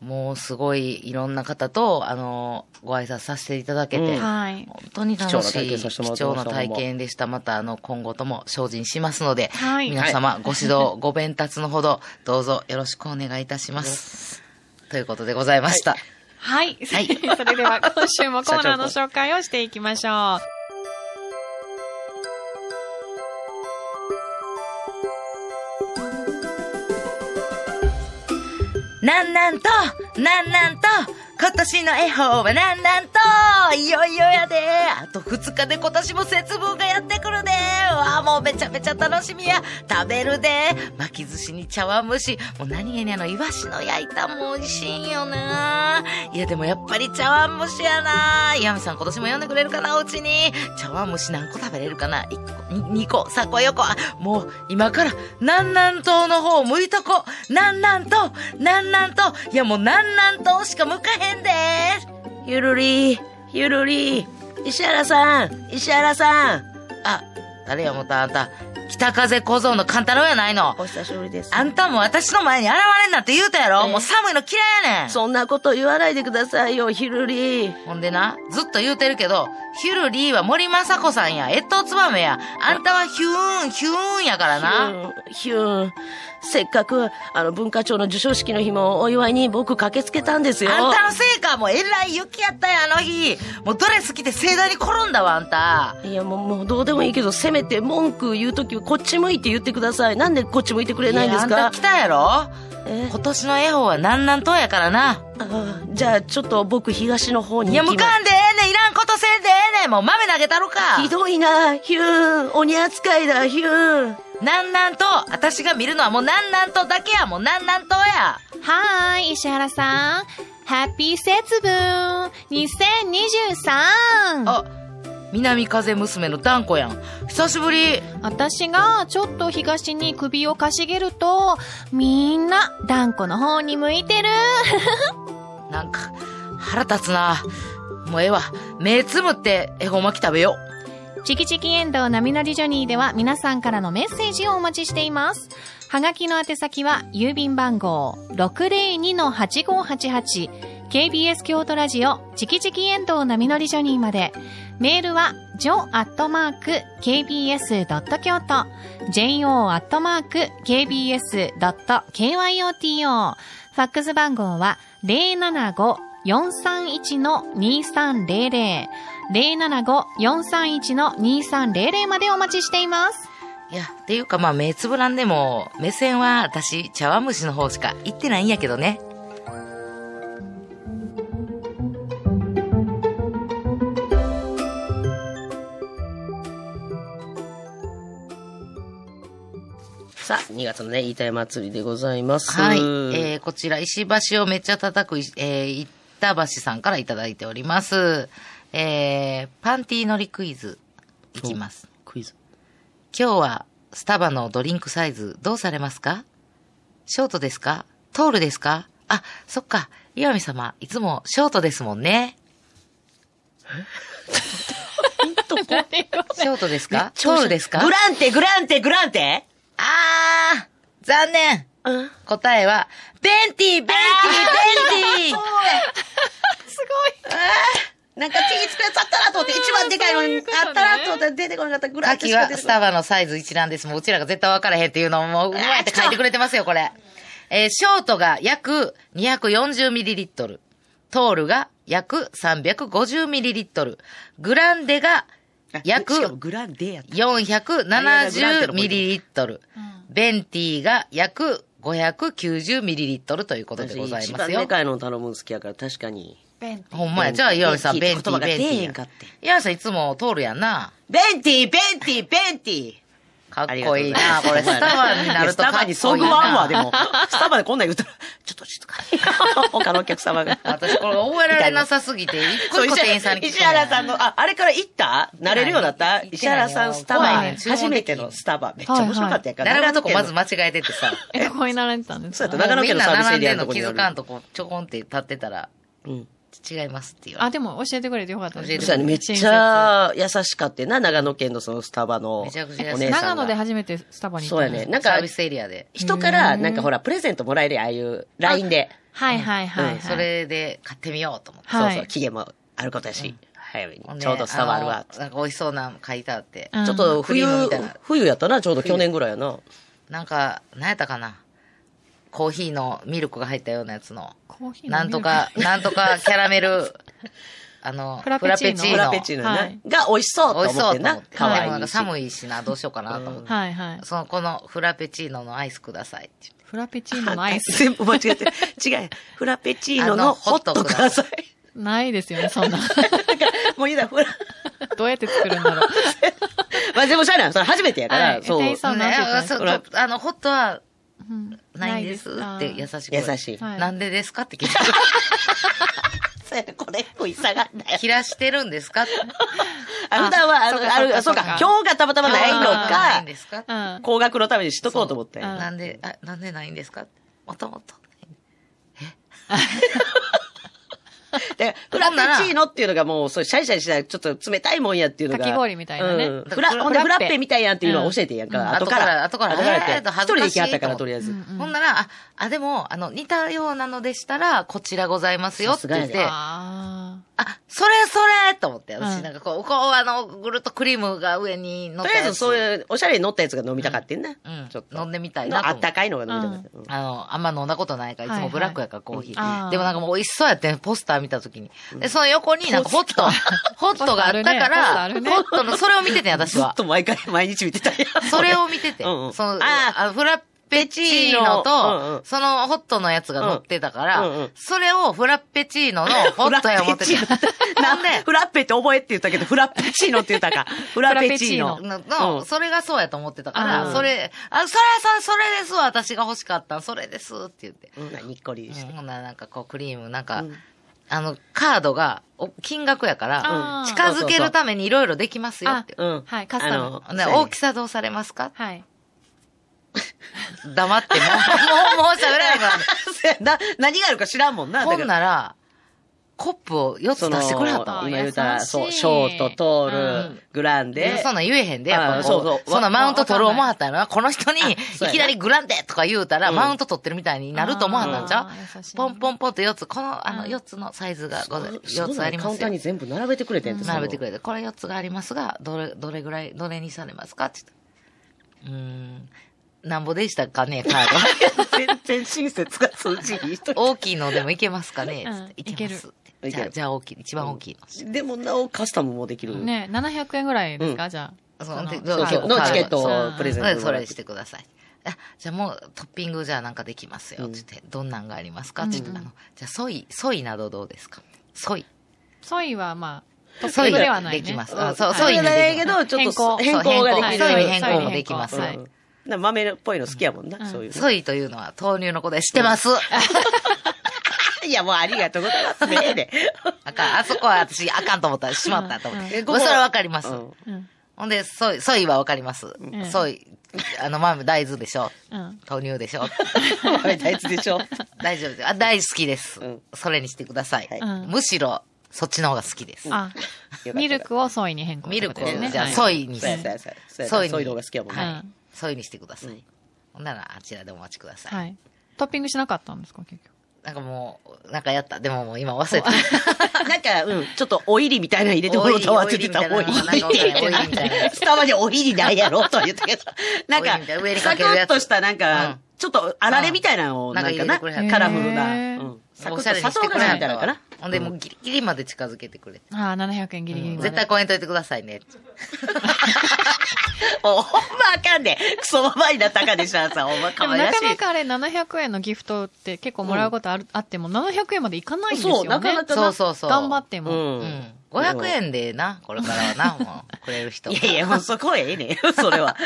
[SPEAKER 4] もうすごいいろんな方と、あの、ご挨拶させていただけて、
[SPEAKER 3] うん
[SPEAKER 5] はい
[SPEAKER 4] 本当に楽しい
[SPEAKER 3] 貴重な体験させてもらっ
[SPEAKER 4] 貴
[SPEAKER 3] てま
[SPEAKER 4] 重
[SPEAKER 3] した
[SPEAKER 4] な体験でした。また、あの、今後とも精進しますので、
[SPEAKER 5] はい
[SPEAKER 4] 皆様ご指 導、ご鞭達のほど、どうぞよろしくお願いいたします。ということでございました。
[SPEAKER 5] はい。
[SPEAKER 4] い
[SPEAKER 5] それでは今週もコーナーの紹介をしていきましょう。
[SPEAKER 4] なんなんと、なんなんと、今年の恵方はなんなんと、いよいよやで、あと2日で今年も節分がやってくるで、うわもうめちゃめちゃ楽しみや、食べるで、巻き寿司に茶碗蒸し、もう何気にあの、イワシの焼いたんも美味しいんよないやでもやっぱり茶碗蒸しやな岩見さん今年も呼んでくれるかな、うちに。茶碗蒸し何個食べれるかな ?1 個、2個、3個、4個、あもう今から、南南東の方向いとこ、南南東、南南東、いやもう南南東しか向かへんで
[SPEAKER 3] ゆるり、ゆるり、石原さん、石原さん。
[SPEAKER 4] あ、誰やもたあんた、北風小僧の勘太郎やないの
[SPEAKER 3] お。久しぶりです。
[SPEAKER 4] あんたも私の前に現れんなって言うたやろ。
[SPEAKER 3] え
[SPEAKER 4] もう寒いの嫌いやねん。
[SPEAKER 3] そんなこと言わないでくださいよ、ヒルリ
[SPEAKER 4] ほんでな、ずっと言うてるけど、ヒュルリーは森雅子さんや、越冬つばめや、あんたはヒューン、ヒューンやからな。
[SPEAKER 3] ヒューン、ヒューン。せっかく、あの、文化庁の授賞式の日もお祝いに僕駆けつけたんですよ。
[SPEAKER 4] あんたのせいか、もうえらい雪やったや、あの日。もうドレス着て盛大に転んだわ、あんた。
[SPEAKER 3] いや、もう、もうどうでもいいけど、せめて文句言うときはこっち向いて言ってください。なんでこっち向いてくれないんです
[SPEAKER 4] やあ
[SPEAKER 3] か
[SPEAKER 4] んた来たやろ
[SPEAKER 3] え
[SPEAKER 4] 今年の絵本は南南東やからな。
[SPEAKER 3] あじゃあ、ちょっと僕東の方に
[SPEAKER 4] いや、
[SPEAKER 3] 行
[SPEAKER 4] 向
[SPEAKER 3] きます
[SPEAKER 4] かんでええねん、いらんことせんでええねん、もう豆投げたろか。
[SPEAKER 3] ひどいな、ヒューン。鬼扱いだ、ヒューン。
[SPEAKER 4] 南南東、私が見るのはもう南南東だけや、もう南南東や。
[SPEAKER 5] はーい、石原さん。ハッピー節分 2023!
[SPEAKER 4] あ、南風娘のダンコやん。久しぶり。
[SPEAKER 5] 私がちょっと東に首をかしげると、みんな、断固の方に向いてる。
[SPEAKER 4] なんか、腹立つな。もうええわ。目つむって、恵方巻き食べよ
[SPEAKER 5] チキチキエンドウ波乗りジョニーでは皆さんからのメッセージをお待ちしています。はがきの宛先は郵便番号 602-8588KBS 京都ラジオチキチキエンドウ波乗りジョニーまで。メールは jo.kbs.kyoto jo.kbs.kyoto ファックス番号は075-431-2300 075-431-2300までお待ちしています。
[SPEAKER 4] う。いや、っていうかまあ目つぶらんでも、目線は私、茶碗蒸しの方しか行ってないんやけどね。
[SPEAKER 3] さあ、2月のね、言いたい祭りでございます。
[SPEAKER 4] はい。えー、こちら、石橋をめっちゃ叩くい、えー、板橋さんからいただいております。えー、パンティー乗りクイズ、いきます。
[SPEAKER 3] クイズ。
[SPEAKER 4] 今日はスタバのドリンクサイズどうされますかショートですかトールですかあ、そっか。岩見様、いつもショートですもんね。ショートですかトールですか
[SPEAKER 3] グランテ、グランテ、グランテ
[SPEAKER 4] あー残念
[SPEAKER 3] うん。
[SPEAKER 4] 答えは、ベンティベンティベンティ
[SPEAKER 3] なんか手につくやつあったなと思って、一番でかいのにあったなと思って出てこなかったグラン
[SPEAKER 4] 秋
[SPEAKER 3] テしか
[SPEAKER 4] は
[SPEAKER 3] 出て
[SPEAKER 4] ス
[SPEAKER 3] こな
[SPEAKER 4] タ
[SPEAKER 3] い。
[SPEAKER 4] バのサイズ一覧です。もううちらが絶対分からへんっていうのをもううまいって書いてくれてますよ、これ。えーショートが約 240ml。トールが約 350ml。グランデが約
[SPEAKER 3] しかもグランデやった。
[SPEAKER 4] 470ml。ベンティが約 590ml ということでござい
[SPEAKER 3] 一
[SPEAKER 4] ま
[SPEAKER 3] 番
[SPEAKER 4] す
[SPEAKER 3] で
[SPEAKER 4] よ。
[SPEAKER 3] かいの頼むの好きやから、確かに。
[SPEAKER 4] ほんまや。じゃあ、岩見さん、
[SPEAKER 3] ベ
[SPEAKER 4] ベ
[SPEAKER 3] ンテ
[SPEAKER 4] ンテ
[SPEAKER 3] ィ
[SPEAKER 4] ィ
[SPEAKER 3] って言葉が
[SPEAKER 4] ベンテ
[SPEAKER 3] 出えへん
[SPEAKER 4] ィ
[SPEAKER 3] かって。
[SPEAKER 4] 岩見さん、いつもトールやんな。
[SPEAKER 3] ベンティ、ベンティ、ベンティ。
[SPEAKER 4] かっ
[SPEAKER 3] ありがとう
[SPEAKER 4] こ
[SPEAKER 3] ござ
[SPEAKER 4] いい
[SPEAKER 3] ます
[SPEAKER 4] な。これ、スタバになるとかっこいい
[SPEAKER 3] い
[SPEAKER 4] な。
[SPEAKER 3] やスタバにそぐわんわ、でも。スタバでこんなん言うたら、ちょっと静 かに。他のお客様が。
[SPEAKER 4] 私これ覚えられなさすぎて、一個
[SPEAKER 3] そう、
[SPEAKER 4] 一個
[SPEAKER 3] 石
[SPEAKER 4] 店員さ
[SPEAKER 3] 原
[SPEAKER 4] んに聞
[SPEAKER 3] 石原さん
[SPEAKER 4] ん。
[SPEAKER 3] の、あ、あれから行った慣れるようになった
[SPEAKER 4] 行ってない
[SPEAKER 3] 石原さんスタバ、
[SPEAKER 5] 怖いね
[SPEAKER 3] 初めてのスタバ。めっちゃ面白かったやんから。
[SPEAKER 4] 並ぶとこまず
[SPEAKER 3] 長野県
[SPEAKER 4] 間違えててさ。
[SPEAKER 5] え、どこに並んでたんです
[SPEAKER 3] そうや
[SPEAKER 5] か
[SPEAKER 3] った、長野
[SPEAKER 4] もうみ
[SPEAKER 3] 県
[SPEAKER 4] ん
[SPEAKER 3] の
[SPEAKER 4] な
[SPEAKER 3] サービス
[SPEAKER 4] 並
[SPEAKER 3] エリ
[SPEAKER 4] んで
[SPEAKER 3] ア
[SPEAKER 4] ん
[SPEAKER 3] の
[SPEAKER 4] の
[SPEAKER 3] とこ
[SPEAKER 4] 気
[SPEAKER 3] にあ
[SPEAKER 4] づ
[SPEAKER 3] る
[SPEAKER 4] かんとこ、ちょこんって立ってたら、
[SPEAKER 3] うん。
[SPEAKER 4] 違いますって言われ
[SPEAKER 5] あ、でも教えてくれてよかった
[SPEAKER 4] 教え
[SPEAKER 5] で
[SPEAKER 4] て
[SPEAKER 5] す。
[SPEAKER 4] くれ
[SPEAKER 3] めっちゃ優しかったよな、長野県のそのスタバのお
[SPEAKER 4] め
[SPEAKER 3] 姉
[SPEAKER 4] ち
[SPEAKER 3] さ
[SPEAKER 4] ゃ
[SPEAKER 3] ん
[SPEAKER 4] くちゃ優しい
[SPEAKER 3] が。
[SPEAKER 5] 長野で初めてスタバに行
[SPEAKER 3] そう
[SPEAKER 5] った
[SPEAKER 3] や
[SPEAKER 5] んです
[SPEAKER 3] ね。
[SPEAKER 4] て。
[SPEAKER 3] なん
[SPEAKER 4] サ
[SPEAKER 3] か
[SPEAKER 4] ービ、スエリアで。
[SPEAKER 3] 人から、なんかほら、プレゼントもらえるやんああいう、LINE で。
[SPEAKER 5] はいはいはい、は
[SPEAKER 3] う
[SPEAKER 5] い
[SPEAKER 3] ん
[SPEAKER 4] それで買ってみようと思って。
[SPEAKER 5] はい
[SPEAKER 3] そうそう、期限もあることやし、早めに
[SPEAKER 4] ほん。で
[SPEAKER 3] ちょうどスタバあるわ。
[SPEAKER 4] のなんか美味しそうなの書いてあって。
[SPEAKER 5] うん
[SPEAKER 3] ちょっと冬
[SPEAKER 4] クリームみたいな、
[SPEAKER 3] 冬やったな、ちょうど去年ぐらいやな。
[SPEAKER 4] なんか、何やったかな。コーヒーのミルクが入ったようなやつの。
[SPEAKER 5] コーヒー飲み
[SPEAKER 4] なんとか、なんとかキャラメル、あの、
[SPEAKER 5] フラペチーノ
[SPEAKER 3] フラ
[SPEAKER 4] フ
[SPEAKER 3] ペ
[SPEAKER 4] ラ
[SPEAKER 3] チ
[SPEAKER 4] チ
[SPEAKER 3] ー
[SPEAKER 4] ー
[SPEAKER 3] ノ
[SPEAKER 5] は
[SPEAKER 3] ないが美味しそう
[SPEAKER 4] ノ
[SPEAKER 3] と
[SPEAKER 4] 美味し
[SPEAKER 3] 思っ
[SPEAKER 4] そ
[SPEAKER 3] て
[SPEAKER 4] うと
[SPEAKER 3] な
[SPEAKER 4] 思って。。
[SPEAKER 3] 可
[SPEAKER 4] でもな
[SPEAKER 3] 愛
[SPEAKER 4] ん
[SPEAKER 3] い
[SPEAKER 4] か
[SPEAKER 3] し。
[SPEAKER 4] 寒いしな、どうしようかなと思って。
[SPEAKER 5] はいはい。
[SPEAKER 4] その、このフラペチーノのアイスくださいって言って。
[SPEAKER 5] フラペチ ーノのアイス。
[SPEAKER 3] 全部間違えてる。違う。フラペチーノ
[SPEAKER 4] あ
[SPEAKER 3] の
[SPEAKER 4] の
[SPEAKER 3] ホット
[SPEAKER 4] ホット
[SPEAKER 3] くだ
[SPEAKER 4] くだ
[SPEAKER 3] さい。
[SPEAKER 5] ないですよね、そんな。
[SPEAKER 3] だから もういいだ、フラ。
[SPEAKER 5] どうやって作るんだろう。
[SPEAKER 3] まあでもしゃあない。それ初めてやか
[SPEAKER 5] は
[SPEAKER 3] ら、
[SPEAKER 5] い
[SPEAKER 3] そう。
[SPEAKER 5] 店員
[SPEAKER 3] 優
[SPEAKER 5] さそうなんて言ってま
[SPEAKER 4] ね
[SPEAKER 5] し
[SPEAKER 4] そ
[SPEAKER 5] た
[SPEAKER 4] うとあの、ホットは
[SPEAKER 5] うん
[SPEAKER 4] ないんですって優
[SPEAKER 5] か
[SPEAKER 4] しく。
[SPEAKER 3] しい。
[SPEAKER 5] はい
[SPEAKER 4] なんでですかって聞いた。
[SPEAKER 3] そうやねこれ、こい下がんなよ。
[SPEAKER 4] 切らしてるんですかって
[SPEAKER 3] あ普段は、あ
[SPEAKER 5] そう
[SPEAKER 3] の、
[SPEAKER 5] か
[SPEAKER 3] ある、あそ
[SPEAKER 5] そううか
[SPEAKER 3] か、今日がたまたまないの
[SPEAKER 5] あー
[SPEAKER 4] ない
[SPEAKER 3] か
[SPEAKER 4] ん、ですか
[SPEAKER 5] うん。
[SPEAKER 3] 高額のためにしとこうと思って。
[SPEAKER 5] そううん
[SPEAKER 4] なんで、あ、なんでないんですかもともと。
[SPEAKER 3] で、フラ
[SPEAKER 4] ほんな
[SPEAKER 3] ラ
[SPEAKER 4] ら
[SPEAKER 3] テチーノっていうのがもう、そうシャリシャリしない、ちょっと冷たいもんやっていうのが。
[SPEAKER 5] かき氷みたいなね
[SPEAKER 3] うん
[SPEAKER 5] だ
[SPEAKER 3] フ
[SPEAKER 5] から
[SPEAKER 3] ラ、ほんで
[SPEAKER 5] フ
[SPEAKER 3] フ
[SPEAKER 5] ラ
[SPEAKER 3] ラ
[SPEAKER 5] ッ
[SPEAKER 3] ッ
[SPEAKER 5] ペ
[SPEAKER 3] ペみたいやんっていうのは教えてんやん
[SPEAKER 4] うん
[SPEAKER 3] か。後から。
[SPEAKER 4] 後から後
[SPEAKER 3] 後
[SPEAKER 4] から
[SPEAKER 3] からやっ
[SPEAKER 4] えーと
[SPEAKER 3] て。一
[SPEAKER 4] 恥
[SPEAKER 3] 人
[SPEAKER 4] ず
[SPEAKER 3] で
[SPEAKER 4] か
[SPEAKER 3] 行
[SPEAKER 4] しい
[SPEAKER 3] きはったから、
[SPEAKER 4] と
[SPEAKER 3] とりあえず。
[SPEAKER 5] うん
[SPEAKER 4] ほんなら、あ、あ、でも、あの、似たようなのでしたら、こちらございますよって言っ
[SPEAKER 3] さすが
[SPEAKER 4] て、
[SPEAKER 3] や
[SPEAKER 4] あ、
[SPEAKER 5] あ
[SPEAKER 4] それそれと思って、
[SPEAKER 5] う
[SPEAKER 4] 私
[SPEAKER 5] ん
[SPEAKER 4] なんかこう、こう、あの、ぐるっとクリームが上に乗っ
[SPEAKER 3] と
[SPEAKER 4] た
[SPEAKER 3] りあえ
[SPEAKER 4] や
[SPEAKER 3] ず
[SPEAKER 4] つ
[SPEAKER 3] そういう、おしゃれに乗ったやつが飲みたかってんな。
[SPEAKER 4] うん
[SPEAKER 3] ちょっと。
[SPEAKER 4] 飲んでみたいなと
[SPEAKER 3] な。あ
[SPEAKER 4] 思っ
[SPEAKER 3] ってたかいのが飲みたかった。うん
[SPEAKER 4] あの、あんま飲んだことないから、いつもブラックやから、コーヒ
[SPEAKER 5] はいはいあー
[SPEAKER 4] ー。でもなんかもう美味しそうやってん、ポスター見たときに。で、その横になんかホット、ホットがあったか
[SPEAKER 5] ポスター
[SPEAKER 4] ら、
[SPEAKER 5] あるね
[SPEAKER 4] ホットの、それを見ててん、私
[SPEAKER 3] ずっ
[SPEAKER 4] は。
[SPEAKER 3] と毎回、毎日見てたんや
[SPEAKER 4] それを見てて。
[SPEAKER 3] うんうん
[SPEAKER 4] その、
[SPEAKER 3] あ
[SPEAKER 4] あフラペチーノ
[SPEAKER 3] うんう
[SPEAKER 4] と
[SPEAKER 3] ん、
[SPEAKER 4] そのホットのやつが乗ってたから
[SPEAKER 3] うんうんうん、
[SPEAKER 4] それをフラペチーノのホットや思ってて。
[SPEAKER 3] フラペチーノ
[SPEAKER 4] なんで、
[SPEAKER 3] フラッペって覚えって言ったけど、フラッペチーノって言ったか。フラペチーノ。
[SPEAKER 4] の、の
[SPEAKER 3] うん
[SPEAKER 4] それがそうやと思ってたか
[SPEAKER 5] うん
[SPEAKER 4] ら、それ、あ、それ、そそれですわ、私が欲しかったんそれですって言って。
[SPEAKER 3] うんなにっこりして
[SPEAKER 4] うん。ほんならなんかこうクリーム、なん
[SPEAKER 3] う
[SPEAKER 4] か、
[SPEAKER 3] ん
[SPEAKER 4] あの、カードが、お金額やから
[SPEAKER 5] あ、ー
[SPEAKER 4] 近づけるためにいろいろできますよって。
[SPEAKER 3] うん。
[SPEAKER 5] はいカスタム
[SPEAKER 3] あの
[SPEAKER 4] ね大きさどうされますか
[SPEAKER 5] あ。はい。
[SPEAKER 4] 黙って、もう、もう、もう喋らないから。
[SPEAKER 3] そうやな、何があるか知らんもんな。
[SPEAKER 4] ほ
[SPEAKER 3] だ
[SPEAKER 4] ん
[SPEAKER 3] から
[SPEAKER 4] なら、コップを4つ
[SPEAKER 3] そ
[SPEAKER 4] 出
[SPEAKER 3] の
[SPEAKER 4] してくれはったの
[SPEAKER 5] の
[SPEAKER 3] 今言った、
[SPEAKER 5] 優しい
[SPEAKER 3] そう、ショート、トー
[SPEAKER 4] う
[SPEAKER 3] ル、グランデ。
[SPEAKER 4] そんなん言えへんで、やっぱこう
[SPEAKER 3] あーそうそう
[SPEAKER 4] そんなマウント取る思わはったのは、この人にい
[SPEAKER 3] そうやな
[SPEAKER 4] きなりグランデとか言うたら、
[SPEAKER 3] うん
[SPEAKER 4] マウント取ってるみたいになると思わはったんちゃ
[SPEAKER 5] あー優しいう
[SPEAKER 4] ポンポンポンと4つ、この、あの、
[SPEAKER 5] うん
[SPEAKER 4] 4つのサイズがござい、
[SPEAKER 3] すごい
[SPEAKER 4] 4つあります
[SPEAKER 3] カ
[SPEAKER 4] よ。
[SPEAKER 3] ウンターに全部並べてくれてんて
[SPEAKER 4] 並べてく
[SPEAKER 3] れ
[SPEAKER 4] れて、これ4つがありますが、どれ、どれぐらい、どれにされますかって言った。うーん、なんぼでしたかね、カー
[SPEAKER 3] 全然親切が通 じひん人
[SPEAKER 4] ド。大きいのでもいけますかね、
[SPEAKER 5] うん
[SPEAKER 4] いけますって。
[SPEAKER 3] いける
[SPEAKER 4] じゃあ、じゃあ大きい、一番大きいの。
[SPEAKER 3] でもなおカスタムもできる。
[SPEAKER 5] ね、七百円ぐらいですか、じゃあ。
[SPEAKER 4] そうで
[SPEAKER 5] の
[SPEAKER 3] そう
[SPEAKER 5] カー
[SPEAKER 3] そう。
[SPEAKER 5] ド
[SPEAKER 3] の
[SPEAKER 4] カード
[SPEAKER 3] チケット
[SPEAKER 5] う
[SPEAKER 3] を
[SPEAKER 5] ん
[SPEAKER 3] プレゼン
[SPEAKER 4] それ
[SPEAKER 3] ト。
[SPEAKER 4] それしてください。あじゃあもうトッピングじゃあなんかできますよって言って、どんなんがありますかって言って、あの、じゃあソイ、ソイなどどうですかソイ。
[SPEAKER 5] ソイはまあ、
[SPEAKER 4] ソイ
[SPEAKER 5] ではない
[SPEAKER 4] で
[SPEAKER 5] ね。
[SPEAKER 4] きます。
[SPEAKER 3] うん
[SPEAKER 4] あそう
[SPEAKER 5] はい
[SPEAKER 4] ソイに
[SPEAKER 3] それだ
[SPEAKER 4] でき
[SPEAKER 3] け
[SPEAKER 4] ま
[SPEAKER 3] ど、ちょっと
[SPEAKER 5] 変
[SPEAKER 3] 変
[SPEAKER 5] 更
[SPEAKER 3] 更ができる。
[SPEAKER 4] そうソ
[SPEAKER 5] はい
[SPEAKER 4] イ
[SPEAKER 5] 変
[SPEAKER 4] 変
[SPEAKER 5] 更
[SPEAKER 4] 更もできます。
[SPEAKER 5] は
[SPEAKER 4] はいい
[SPEAKER 3] うんな豆っぽいの好きやもんな、そういうの。
[SPEAKER 4] ソイというのは豆乳のことで知ってます。
[SPEAKER 3] いや、もうありがとうございます。ねえね。
[SPEAKER 4] あかん、あそこは私あかんと思った。しまったと思っ
[SPEAKER 3] うんう
[SPEAKER 4] て。
[SPEAKER 3] ん
[SPEAKER 4] まあそれはわかります。
[SPEAKER 3] うん
[SPEAKER 5] うん。
[SPEAKER 4] ほんで、ソイ、ソイはわかります。ソイ、あの、まあ、大豆でしょ。
[SPEAKER 5] うん。
[SPEAKER 4] 豆乳でしょ。
[SPEAKER 3] 豆大豆でしょ。
[SPEAKER 4] 大丈夫です。あ、大好きです
[SPEAKER 3] うん。
[SPEAKER 4] それにしてください
[SPEAKER 5] は。い
[SPEAKER 4] むしろ、そっちの方が好きです。
[SPEAKER 5] あ、ミルクをソイに変更っ
[SPEAKER 4] ミ
[SPEAKER 5] て
[SPEAKER 4] ルク
[SPEAKER 5] こと
[SPEAKER 4] を
[SPEAKER 5] ですね。
[SPEAKER 4] じゃあ、
[SPEAKER 5] はい
[SPEAKER 4] ソイに
[SPEAKER 3] そうやそうやそうや
[SPEAKER 4] ソ
[SPEAKER 3] そうや
[SPEAKER 4] イに
[SPEAKER 3] そういうのが好きやもん
[SPEAKER 4] は
[SPEAKER 3] ね。
[SPEAKER 4] いソイにしてくださ
[SPEAKER 3] う
[SPEAKER 4] い
[SPEAKER 3] ん。
[SPEAKER 4] ほんなら、あちらでお待ちください。
[SPEAKER 5] はい。トッピングしなかったんですか、結局。
[SPEAKER 4] なんかもう、なんかやった。でももう今忘れた。
[SPEAKER 3] なんか、うん、ちょっとおいりみたいなの入れてもらったわって言ってた。
[SPEAKER 4] お
[SPEAKER 3] お
[SPEAKER 4] い
[SPEAKER 3] い
[SPEAKER 4] り
[SPEAKER 3] り
[SPEAKER 4] みたいな
[SPEAKER 3] って言って
[SPEAKER 4] おいりみたいな
[SPEAKER 3] スタバにおいりないやろとは言ったけど。なん
[SPEAKER 4] おいりみたいな上に
[SPEAKER 3] か、
[SPEAKER 4] か
[SPEAKER 3] サ
[SPEAKER 4] け
[SPEAKER 3] ク
[SPEAKER 4] るやつ
[SPEAKER 3] ッとしたなん
[SPEAKER 4] うん
[SPEAKER 3] か、ちょっとあられみたいなの
[SPEAKER 4] う
[SPEAKER 3] を、
[SPEAKER 4] んな
[SPEAKER 3] なんんか
[SPEAKER 4] か入れ
[SPEAKER 3] な、
[SPEAKER 4] てくれはった
[SPEAKER 3] カラフル
[SPEAKER 5] へ
[SPEAKER 3] な。
[SPEAKER 5] ー
[SPEAKER 3] うんサク
[SPEAKER 4] お
[SPEAKER 3] ッ
[SPEAKER 4] しゃ
[SPEAKER 3] と
[SPEAKER 4] れ
[SPEAKER 3] 砂
[SPEAKER 4] にし
[SPEAKER 3] 糖
[SPEAKER 4] て
[SPEAKER 3] が
[SPEAKER 4] くれ
[SPEAKER 3] 入っ
[SPEAKER 4] はった
[SPEAKER 3] たのか
[SPEAKER 4] わ
[SPEAKER 3] な。。
[SPEAKER 4] ほんで、もうギリギリまで近づけてくれ。
[SPEAKER 5] ああ、700円ギリギリまで。
[SPEAKER 4] 絶対超えんといてくださいね。
[SPEAKER 3] も うほんまあかんで、クソババアになったかでしょ、さ、ほんま
[SPEAKER 5] で
[SPEAKER 3] か
[SPEAKER 5] も
[SPEAKER 3] わいら
[SPEAKER 5] な
[SPEAKER 3] し
[SPEAKER 5] か
[SPEAKER 3] い。
[SPEAKER 5] なかあれ700円のギフトって結構もらうことある、あっても700円までいかないんですよね。
[SPEAKER 3] そうなかなか
[SPEAKER 4] そうそうそう。
[SPEAKER 5] 頑張っても。
[SPEAKER 4] う。
[SPEAKER 3] うん
[SPEAKER 4] 500円でな、これからはな、もう、くれる人。
[SPEAKER 3] いやいや、もうそこはええねんそれ は。
[SPEAKER 5] あ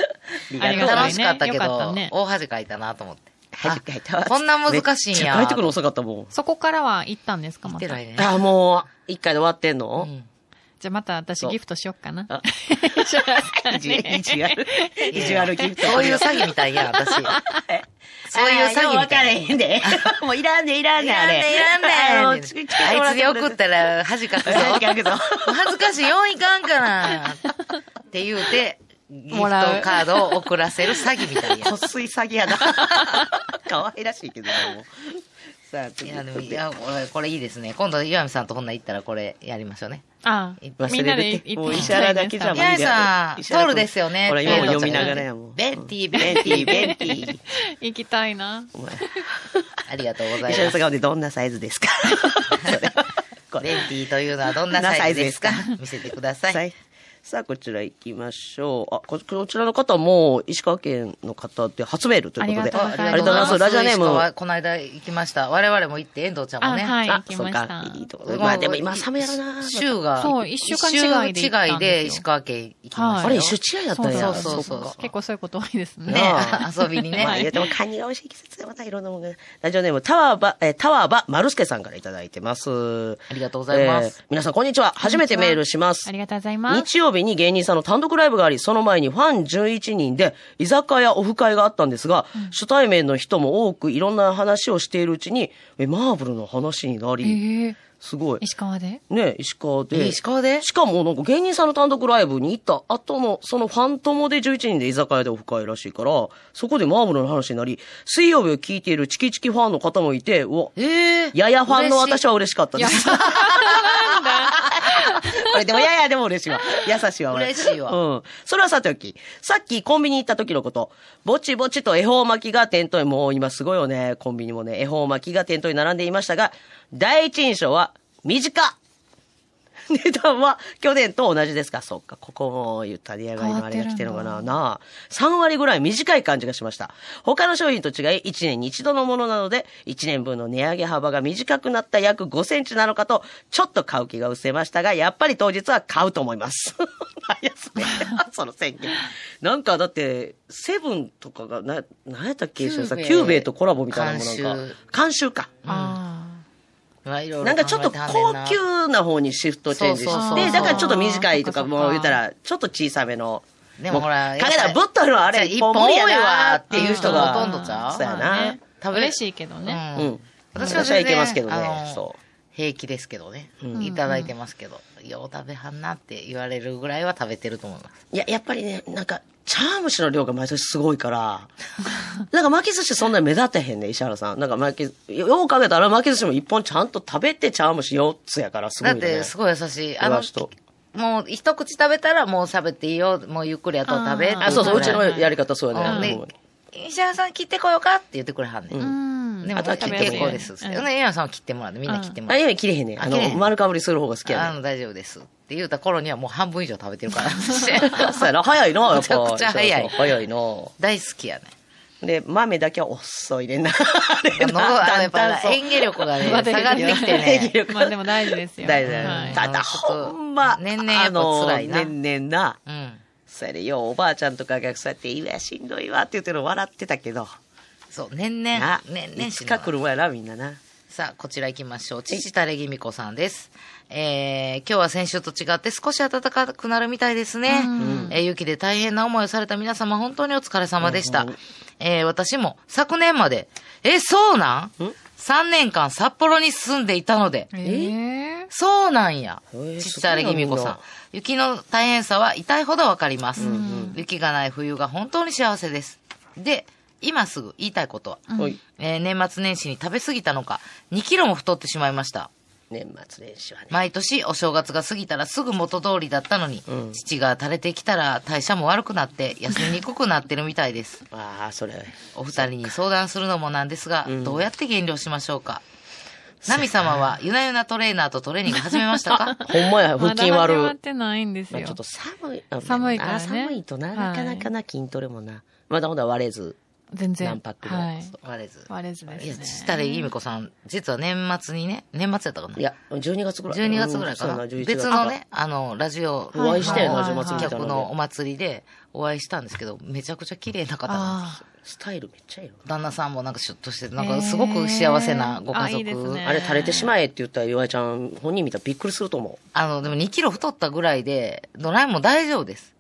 [SPEAKER 5] りがたいね
[SPEAKER 4] 楽しかったけ
[SPEAKER 5] よかった
[SPEAKER 4] ど
[SPEAKER 5] ね、
[SPEAKER 4] 大恥かいたなと思って。
[SPEAKER 3] 恥かいたわ
[SPEAKER 4] あこんな難しいんや。
[SPEAKER 3] めっちゃ帰ってくるの遅かったもん。
[SPEAKER 5] そこからは行ったんですか、
[SPEAKER 4] 見
[SPEAKER 5] ま
[SPEAKER 4] て
[SPEAKER 5] た。
[SPEAKER 4] ないね。
[SPEAKER 3] あ、もう、一回で終わってん
[SPEAKER 4] う
[SPEAKER 3] の
[SPEAKER 4] ん
[SPEAKER 5] じゃあまた私
[SPEAKER 3] そう
[SPEAKER 5] ギフトしよっかな。
[SPEAKER 3] あ
[SPEAKER 5] しますかね
[SPEAKER 3] 意地 意地悪。意地悪ギフト。
[SPEAKER 4] そういう詐 欺みたいや、私。そういう詐欺み
[SPEAKER 3] あー
[SPEAKER 4] たい
[SPEAKER 3] よう分かれへんで。 もういらんで、いらん
[SPEAKER 4] い
[SPEAKER 3] で、
[SPEAKER 4] ら
[SPEAKER 3] あ
[SPEAKER 4] ん
[SPEAKER 3] れ。
[SPEAKER 4] ねいらんね
[SPEAKER 3] あ
[SPEAKER 4] あ
[SPEAKER 3] の
[SPEAKER 4] い
[SPEAKER 3] チ
[SPEAKER 4] つ
[SPEAKER 3] ケットもら
[SPEAKER 4] に
[SPEAKER 3] ても
[SPEAKER 4] 送
[SPEAKER 3] ら
[SPEAKER 4] っ
[SPEAKER 3] った
[SPEAKER 4] ら恥かくぞ。
[SPEAKER 3] 恥かくぞ
[SPEAKER 4] 恥ずかしい、4いかんから。って言うて、ギフト
[SPEAKER 5] もらう
[SPEAKER 4] カードを送らせる詐欺みたいや
[SPEAKER 3] こ。すい詐欺やな。可愛らしいけどな、もう。さあ、
[SPEAKER 4] い
[SPEAKER 3] 次。
[SPEAKER 4] や、で も、いや、これ、これいいですね。今度、岩見さんとほんなら行ったらこれやりましょうね。
[SPEAKER 5] ああ、
[SPEAKER 3] 忘れるって
[SPEAKER 5] みんなで行って
[SPEAKER 3] もう
[SPEAKER 5] 行き
[SPEAKER 3] 石
[SPEAKER 5] た
[SPEAKER 3] 原
[SPEAKER 5] い
[SPEAKER 3] だ
[SPEAKER 5] で
[SPEAKER 3] け
[SPEAKER 5] す
[SPEAKER 3] じゃ無理
[SPEAKER 4] 岩見さん、
[SPEAKER 3] 石原君
[SPEAKER 4] トールですよね。
[SPEAKER 3] ほら今も
[SPEAKER 4] ベント
[SPEAKER 3] 読みながらやもん
[SPEAKER 4] ベンティー、ベ
[SPEAKER 3] ベ
[SPEAKER 4] ン
[SPEAKER 3] ン
[SPEAKER 4] テ
[SPEAKER 3] テ
[SPEAKER 4] ィ
[SPEAKER 3] ィ
[SPEAKER 4] ー、
[SPEAKER 3] ー、
[SPEAKER 4] ベ
[SPEAKER 3] ベ
[SPEAKER 4] ン
[SPEAKER 3] ン
[SPEAKER 4] テ
[SPEAKER 3] テ
[SPEAKER 4] ィ
[SPEAKER 3] ィ
[SPEAKER 4] ー。
[SPEAKER 3] ー。
[SPEAKER 5] 行きたいな。
[SPEAKER 3] お前
[SPEAKER 4] ありがとうござい
[SPEAKER 3] 石原さん
[SPEAKER 4] ます。
[SPEAKER 3] がほんでどんなサイズですかそれこ
[SPEAKER 4] ベ
[SPEAKER 3] れ
[SPEAKER 4] ン。ティーというのはどんなサイズですか
[SPEAKER 3] なサイズ
[SPEAKER 4] 見せてくださ。
[SPEAKER 3] はい い。さあ、こちら行きましょう。あ、ここちらの方も、石川県の方で初メールということで。
[SPEAKER 5] ありがとうございます
[SPEAKER 3] ありがとうございます。ラジオネー
[SPEAKER 4] 石川
[SPEAKER 3] ム。
[SPEAKER 4] この間行きました。我々も行って、遠藤ちゃんもね。
[SPEAKER 5] あはい
[SPEAKER 3] あ、
[SPEAKER 5] 行き
[SPEAKER 3] そう
[SPEAKER 5] ました
[SPEAKER 3] か。いいとこ。まあでも今寒いやろな。
[SPEAKER 4] 週が。
[SPEAKER 5] そう一週間違いで行ったんですよ
[SPEAKER 4] 一週違いで石川県行きまし
[SPEAKER 5] はい
[SPEAKER 4] た
[SPEAKER 3] あ
[SPEAKER 4] よ。
[SPEAKER 3] れ、一緒違いだったんや。
[SPEAKER 4] そうそうそう
[SPEAKER 3] か
[SPEAKER 5] 結構そういうこと多いですね。
[SPEAKER 4] ね
[SPEAKER 3] なあ、
[SPEAKER 4] 遊びにね
[SPEAKER 3] まあ、言うてもカニが美味しい季節でまたいろんなものが。ラジオネーム、タワーバ、えータワーバ、丸助さんからいただいてます。あ
[SPEAKER 4] りがとうございます
[SPEAKER 3] 皆さん、こんにちは。初めてメールします。
[SPEAKER 5] ありがとうございます。
[SPEAKER 3] 日曜日に芸人さんの単独ライブがあり、その前にファン11人で居酒屋オフ会があったんですが、初対面の人も多くいろんな話をしているうちに、えマーブルの話にな
[SPEAKER 5] え
[SPEAKER 3] り、
[SPEAKER 5] ー
[SPEAKER 3] すごい。
[SPEAKER 5] 石川で
[SPEAKER 3] ね、石川
[SPEAKER 4] え
[SPEAKER 3] で。
[SPEAKER 4] 石川で
[SPEAKER 3] しかも、なんか芸人さんの単独ライブに行った後の、そのファン友で11人で居酒屋でオフ会らしいから、そこでマーブルの話になり、水曜日を聞いているチキチキファンの方もいて、うわ、
[SPEAKER 4] ええ
[SPEAKER 3] ややファンの私
[SPEAKER 4] は。
[SPEAKER 3] は嬉しかったです。 これでも、ややでも嬉しいわ。優しいわ、俺
[SPEAKER 4] 嬉しいわ
[SPEAKER 3] うん。それはさておき、さっきコンビニ行った時のこと、ぼちぼちと恵方巻きが店頭に、もう今すごいよね、コンビニもね、恵方巻きが店頭に並んでいましたが、第一印象は、短っ 値段は去年と同じですか。そっか、ここも言ったりやがいのあれが来てるのか
[SPEAKER 5] 変わ
[SPEAKER 3] な。
[SPEAKER 5] って
[SPEAKER 3] なあ。3割ぐらい短い感じがしました。他の商品と違い、1年に一度のものなので、1年分の値上げ幅が短くなった約5センチなのかと、ちょっと買う気が失せましたが、やっぱり当日は買うと思います。 何やそれ。その宣言。なんかだって、セブンとかが、な、なんやったっけ
[SPEAKER 4] キューベイ
[SPEAKER 3] さ、キューベイとコラボみたいなものなん
[SPEAKER 4] 監
[SPEAKER 3] か。監修か。
[SPEAKER 5] あ
[SPEAKER 4] まあいろいろ
[SPEAKER 3] なんかちょっと
[SPEAKER 4] 考えては
[SPEAKER 3] 高
[SPEAKER 4] んねんな
[SPEAKER 3] 級な方にシフトチェンジ
[SPEAKER 4] そうそう
[SPEAKER 3] し
[SPEAKER 4] そうそ
[SPEAKER 3] て、
[SPEAKER 4] う
[SPEAKER 3] だからちょっと短いと
[SPEAKER 5] そ
[SPEAKER 3] か、
[SPEAKER 5] っかそっか
[SPEAKER 3] もう言ったら、ちょっと小さめの。
[SPEAKER 4] でもほら、
[SPEAKER 3] うかけたらぶっといのはあれ、
[SPEAKER 4] 一
[SPEAKER 3] 一
[SPEAKER 4] 本
[SPEAKER 3] 本
[SPEAKER 4] 多
[SPEAKER 3] 多
[SPEAKER 4] い
[SPEAKER 3] いわ
[SPEAKER 4] わ
[SPEAKER 3] っていう人が。
[SPEAKER 4] ほとんどちゃう
[SPEAKER 3] そうや
[SPEAKER 5] まあ
[SPEAKER 3] な
[SPEAKER 5] ね。あ嬉しいけどね。
[SPEAKER 4] ね
[SPEAKER 3] う
[SPEAKER 4] うん
[SPEAKER 3] ん。
[SPEAKER 4] 私
[SPEAKER 3] 私
[SPEAKER 4] は
[SPEAKER 3] は
[SPEAKER 4] 全
[SPEAKER 3] い
[SPEAKER 4] 然
[SPEAKER 3] けますけど
[SPEAKER 4] あ
[SPEAKER 3] ね
[SPEAKER 4] の。
[SPEAKER 3] そ
[SPEAKER 4] 平気ですけどね、
[SPEAKER 3] うん
[SPEAKER 4] いただいてますけど、よう食べはんなって言われるぐらいは食べてると思います。
[SPEAKER 3] う。いや、やっぱりね、なんか、茶碗蒸しの量が毎年すごいから、 なんか巻き寿司そんなに目立てへんね、石原さん。なんか巻き、ようかけたら巻き寿司も一本ちゃんと食べて茶碗蒸し4つやから、すごい
[SPEAKER 4] だ
[SPEAKER 3] よ
[SPEAKER 4] っ
[SPEAKER 3] ね。
[SPEAKER 4] て、すごい優しい。
[SPEAKER 3] あ
[SPEAKER 4] あの
[SPEAKER 3] の、人。
[SPEAKER 4] もう一口食べたらもう喋っていいよ、もうゆっくりやと食べって
[SPEAKER 5] あ
[SPEAKER 3] あ、そうそう、うちの
[SPEAKER 5] はいはい
[SPEAKER 3] やり方そうやね。
[SPEAKER 4] ね石原さん切ってこようかって言ってくれはんねん。
[SPEAKER 5] うん。
[SPEAKER 4] で
[SPEAKER 3] あ
[SPEAKER 4] も、
[SPEAKER 3] とは切
[SPEAKER 4] 結
[SPEAKER 3] って
[SPEAKER 4] 構です。
[SPEAKER 5] うん
[SPEAKER 4] ね、エイヤさんは切ってもらって、みんな切っても
[SPEAKER 3] あ、
[SPEAKER 4] らっ
[SPEAKER 3] い
[SPEAKER 4] て。
[SPEAKER 3] や、切れへんね。あ
[SPEAKER 4] あ切れへ
[SPEAKER 3] の、
[SPEAKER 4] ん
[SPEAKER 3] 丸かぶりする方が好きやね
[SPEAKER 4] あ。の、大丈夫です。って言うた頃にはもう半分以上食べてる か ら。
[SPEAKER 3] そうやな、早いな、やっぱ。
[SPEAKER 4] めちゃくちゃ早い
[SPEAKER 3] 早いな。
[SPEAKER 4] 大好きやね。
[SPEAKER 3] で、豆だけは遅いねんな。
[SPEAKER 4] あの、あのやっぱ
[SPEAKER 3] 技
[SPEAKER 4] 演技力がね、
[SPEAKER 5] ま
[SPEAKER 4] 下
[SPEAKER 5] だ
[SPEAKER 4] がってきてね。
[SPEAKER 3] 力
[SPEAKER 5] まあでも大事ですよ。
[SPEAKER 3] 大事だ
[SPEAKER 5] は
[SPEAKER 3] よ
[SPEAKER 5] い
[SPEAKER 3] ただ、
[SPEAKER 4] ちょっと
[SPEAKER 3] ほんま、
[SPEAKER 4] 年々やっぱ辛いな
[SPEAKER 3] あの年々な。
[SPEAKER 4] うん。
[SPEAKER 3] それよ、おばあちゃんとかがそうやって、いや、しんどいわって言ってるの笑ってたけど。
[SPEAKER 4] そう、年
[SPEAKER 3] な
[SPEAKER 4] 々、、年々
[SPEAKER 3] い
[SPEAKER 4] し
[SPEAKER 3] つ
[SPEAKER 4] んどい
[SPEAKER 3] か来るもんやな、みんなな。
[SPEAKER 4] さあ、こちら行きましょう。父たれぎみこさんです。えー、今日は先週と違って少し暖かくなるみたいですね。えー雪で大変な思いをされた皆様、本当にお疲れ様でした。えー、私も昨年まで、え、そうなん ?3 年間札幌に住んでいたので。
[SPEAKER 5] え
[SPEAKER 4] そうなんや
[SPEAKER 3] へー。
[SPEAKER 4] ちっちゃれぎみこ
[SPEAKER 3] そう
[SPEAKER 4] さ
[SPEAKER 3] なんんだ。
[SPEAKER 4] 雪の大変さは痛いほどわかります。雪がない冬が本当に幸せです。で、今すぐ言いたいことは、
[SPEAKER 3] おい
[SPEAKER 4] えー年末年始に食べ過ぎたのか、2キロも太ってしまいました。
[SPEAKER 3] 年末年始はね。
[SPEAKER 4] 毎年お正月が過ぎたらすぐ元通りだったのに、父が垂れてきたら代謝も悪くなって、痩せにくくなってるみたいです。
[SPEAKER 3] ああ、それ。
[SPEAKER 4] お二人に相談するのもなんですが、
[SPEAKER 3] ん
[SPEAKER 4] どうやって減量しましょうか。ナミ様は、ゆなゆなトレーナーとトレーニング始めましたか
[SPEAKER 3] ほんまや、腹
[SPEAKER 5] ーまだ
[SPEAKER 3] 筋
[SPEAKER 5] 始まっ
[SPEAKER 3] 割る。
[SPEAKER 5] てないんです
[SPEAKER 3] まあ、ち
[SPEAKER 5] よ
[SPEAKER 3] ょっ。と寒い。あ
[SPEAKER 5] 寒いからね
[SPEAKER 3] あ寒いとな、なかなかな筋トレもな。まだほんだ割れず。
[SPEAKER 5] 全然。
[SPEAKER 3] 何パックぐら
[SPEAKER 5] はいい
[SPEAKER 3] です。と
[SPEAKER 4] 割れず。
[SPEAKER 5] 割れずで
[SPEAKER 4] いや、
[SPEAKER 5] す
[SPEAKER 4] ち
[SPEAKER 5] ね。
[SPEAKER 4] たれゆみこさん、実は年末にね、年末やったかない
[SPEAKER 3] や、12月ぐらい。
[SPEAKER 4] 12月ぐらいかな。
[SPEAKER 3] うんそうや
[SPEAKER 4] 別のね、あの、ラジオ、
[SPEAKER 3] お会いしたよ
[SPEAKER 5] な
[SPEAKER 4] の
[SPEAKER 5] ラジオ祭り
[SPEAKER 3] た
[SPEAKER 5] み
[SPEAKER 3] いな
[SPEAKER 4] 客
[SPEAKER 3] ので
[SPEAKER 4] のお祭りでお会いしたんですけど、めちゃくちゃ綺麗な方なんです。
[SPEAKER 5] ああ。
[SPEAKER 3] スタイルめっちゃいいよ。
[SPEAKER 4] 旦那さんもなんかシュッとしてて、なんかすごく幸せなご家
[SPEAKER 5] へーあいいです
[SPEAKER 4] 族。
[SPEAKER 5] ね
[SPEAKER 3] あれ垂れてしまえって言ったら、岩井ちゃん本人見たらびっくりすると思
[SPEAKER 4] あの、でも2キロ太ったぐらいで、ドラえもん大丈夫です。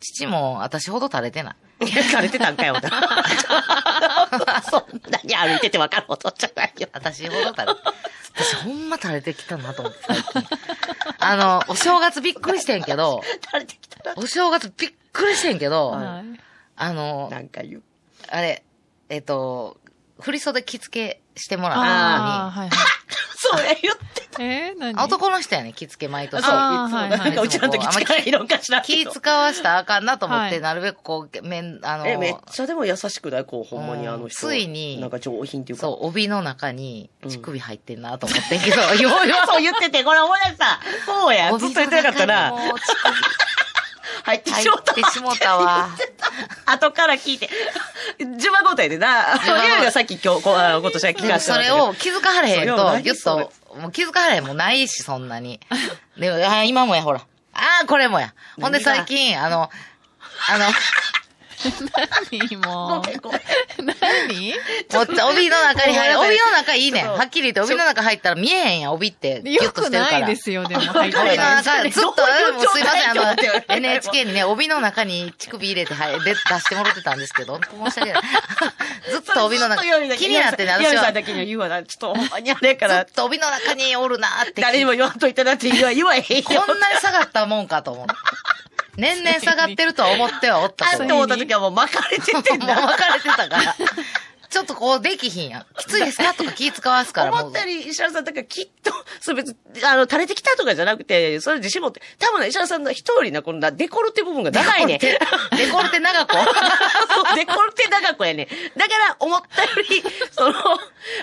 [SPEAKER 4] 父も私ほど垂れてない。
[SPEAKER 3] う。いや、 垂れてたんかよ、ほんなそんなに歩いてて分かることじゃないよ。
[SPEAKER 4] 私ほど垂れて。 私ほんま垂れてきたなと思って、最近。あの、お正月びっくりしてんけど、
[SPEAKER 3] 垂れてきたら。
[SPEAKER 4] お正月びっくりしてんけど、
[SPEAKER 5] は
[SPEAKER 4] あ
[SPEAKER 5] い
[SPEAKER 4] の、
[SPEAKER 3] なんか言う。
[SPEAKER 4] あれ、えっ、と、振り袖着付けしてもらった
[SPEAKER 5] ああ、
[SPEAKER 4] の
[SPEAKER 5] はい
[SPEAKER 3] それ言って
[SPEAKER 5] はい。えー、何
[SPEAKER 4] に、あ男の人やね、着付け毎年。
[SPEAKER 5] あ
[SPEAKER 3] た。
[SPEAKER 5] ーはいはい
[SPEAKER 3] なんかうちらの時力いろんかしらんけ
[SPEAKER 4] 気
[SPEAKER 3] ど。
[SPEAKER 4] 使わしたらあかんなと思って、
[SPEAKER 5] はい
[SPEAKER 4] なるべくこう、面、あの、
[SPEAKER 3] え、めっちゃでも優しくないこう、ほんまにあの人。
[SPEAKER 4] うんついに
[SPEAKER 3] なんか上品っていうか。
[SPEAKER 4] そう、帯の中に乳首入ってんなと思ってんけど、ようよ う
[SPEAKER 3] そう言ってて、これ思い出した。そう や。ずっと言ってなかった
[SPEAKER 4] 帯
[SPEAKER 3] な。
[SPEAKER 4] の中にもう乳首
[SPEAKER 3] 入ってし
[SPEAKER 4] 入
[SPEAKER 3] まった
[SPEAKER 4] っ。てしもたわ。
[SPEAKER 3] 後から 聞いて。順番交代でな。
[SPEAKER 4] 順番交代
[SPEAKER 3] いやいやさっき今日、こう今年は聞かせてもら
[SPEAKER 4] でも
[SPEAKER 3] ったけど
[SPEAKER 4] それを気づかれへん
[SPEAKER 3] それを
[SPEAKER 4] と、
[SPEAKER 3] 何
[SPEAKER 4] ぎゅっと、もう気づかれへんもないし、そんなに。でも、あ今もや、ほら。ああ、これもや。ほんで
[SPEAKER 3] 何が
[SPEAKER 4] 最近、あの、あの、
[SPEAKER 5] 何も
[SPEAKER 3] ごめんごめん
[SPEAKER 5] う。何
[SPEAKER 4] もう帯の中に入る。
[SPEAKER 3] ごめんなさい
[SPEAKER 4] 帯の中いいねん。
[SPEAKER 3] ちょっと
[SPEAKER 4] はっきり言って、帯の中入ったら見えへんやん、帯って。ギュ
[SPEAKER 5] よ
[SPEAKER 4] ッとし
[SPEAKER 5] く
[SPEAKER 4] てるか
[SPEAKER 5] ない
[SPEAKER 4] ら。
[SPEAKER 5] ですよ、でも。
[SPEAKER 4] 帯の中、ずっと、
[SPEAKER 3] どういう
[SPEAKER 4] もうすいません、あ
[SPEAKER 3] 状態って思っ
[SPEAKER 4] の、
[SPEAKER 3] て
[SPEAKER 4] NHK にね、帯の中に乳首入れて、はい、で出してもらってたんですけど、申し訳ない。ずっと帯の中、気になってね、
[SPEAKER 3] 私は。さ
[SPEAKER 4] 私は。
[SPEAKER 3] ん
[SPEAKER 4] ず
[SPEAKER 3] だけには言うわな。ちょっとほんまにあれやから
[SPEAKER 4] っ、と帯の中におるなーって。
[SPEAKER 3] 誰にも言わんといたなって言わ、言わへんよ。
[SPEAKER 4] こんなに下がったもんかと思って。年々下がってるとは思ってはおった
[SPEAKER 3] あ
[SPEAKER 4] け
[SPEAKER 3] っ
[SPEAKER 4] ど。
[SPEAKER 3] て
[SPEAKER 4] もう
[SPEAKER 3] 思った時はもう巻かれててん
[SPEAKER 4] 別れ
[SPEAKER 3] だ。
[SPEAKER 4] てたから。ちょっとこうできひんやん。きついですかとか気使わすから。
[SPEAKER 3] 思ったより、石原さん、だからきっと、そう別に、あの、垂れてきたとかじゃなくて、それ自信持って、多分ね、石原さんの一人な、このな、デコルテ部分が長いね。
[SPEAKER 4] デコルテ長子
[SPEAKER 3] そう デコルテ長子やね。だから、思ったより、その、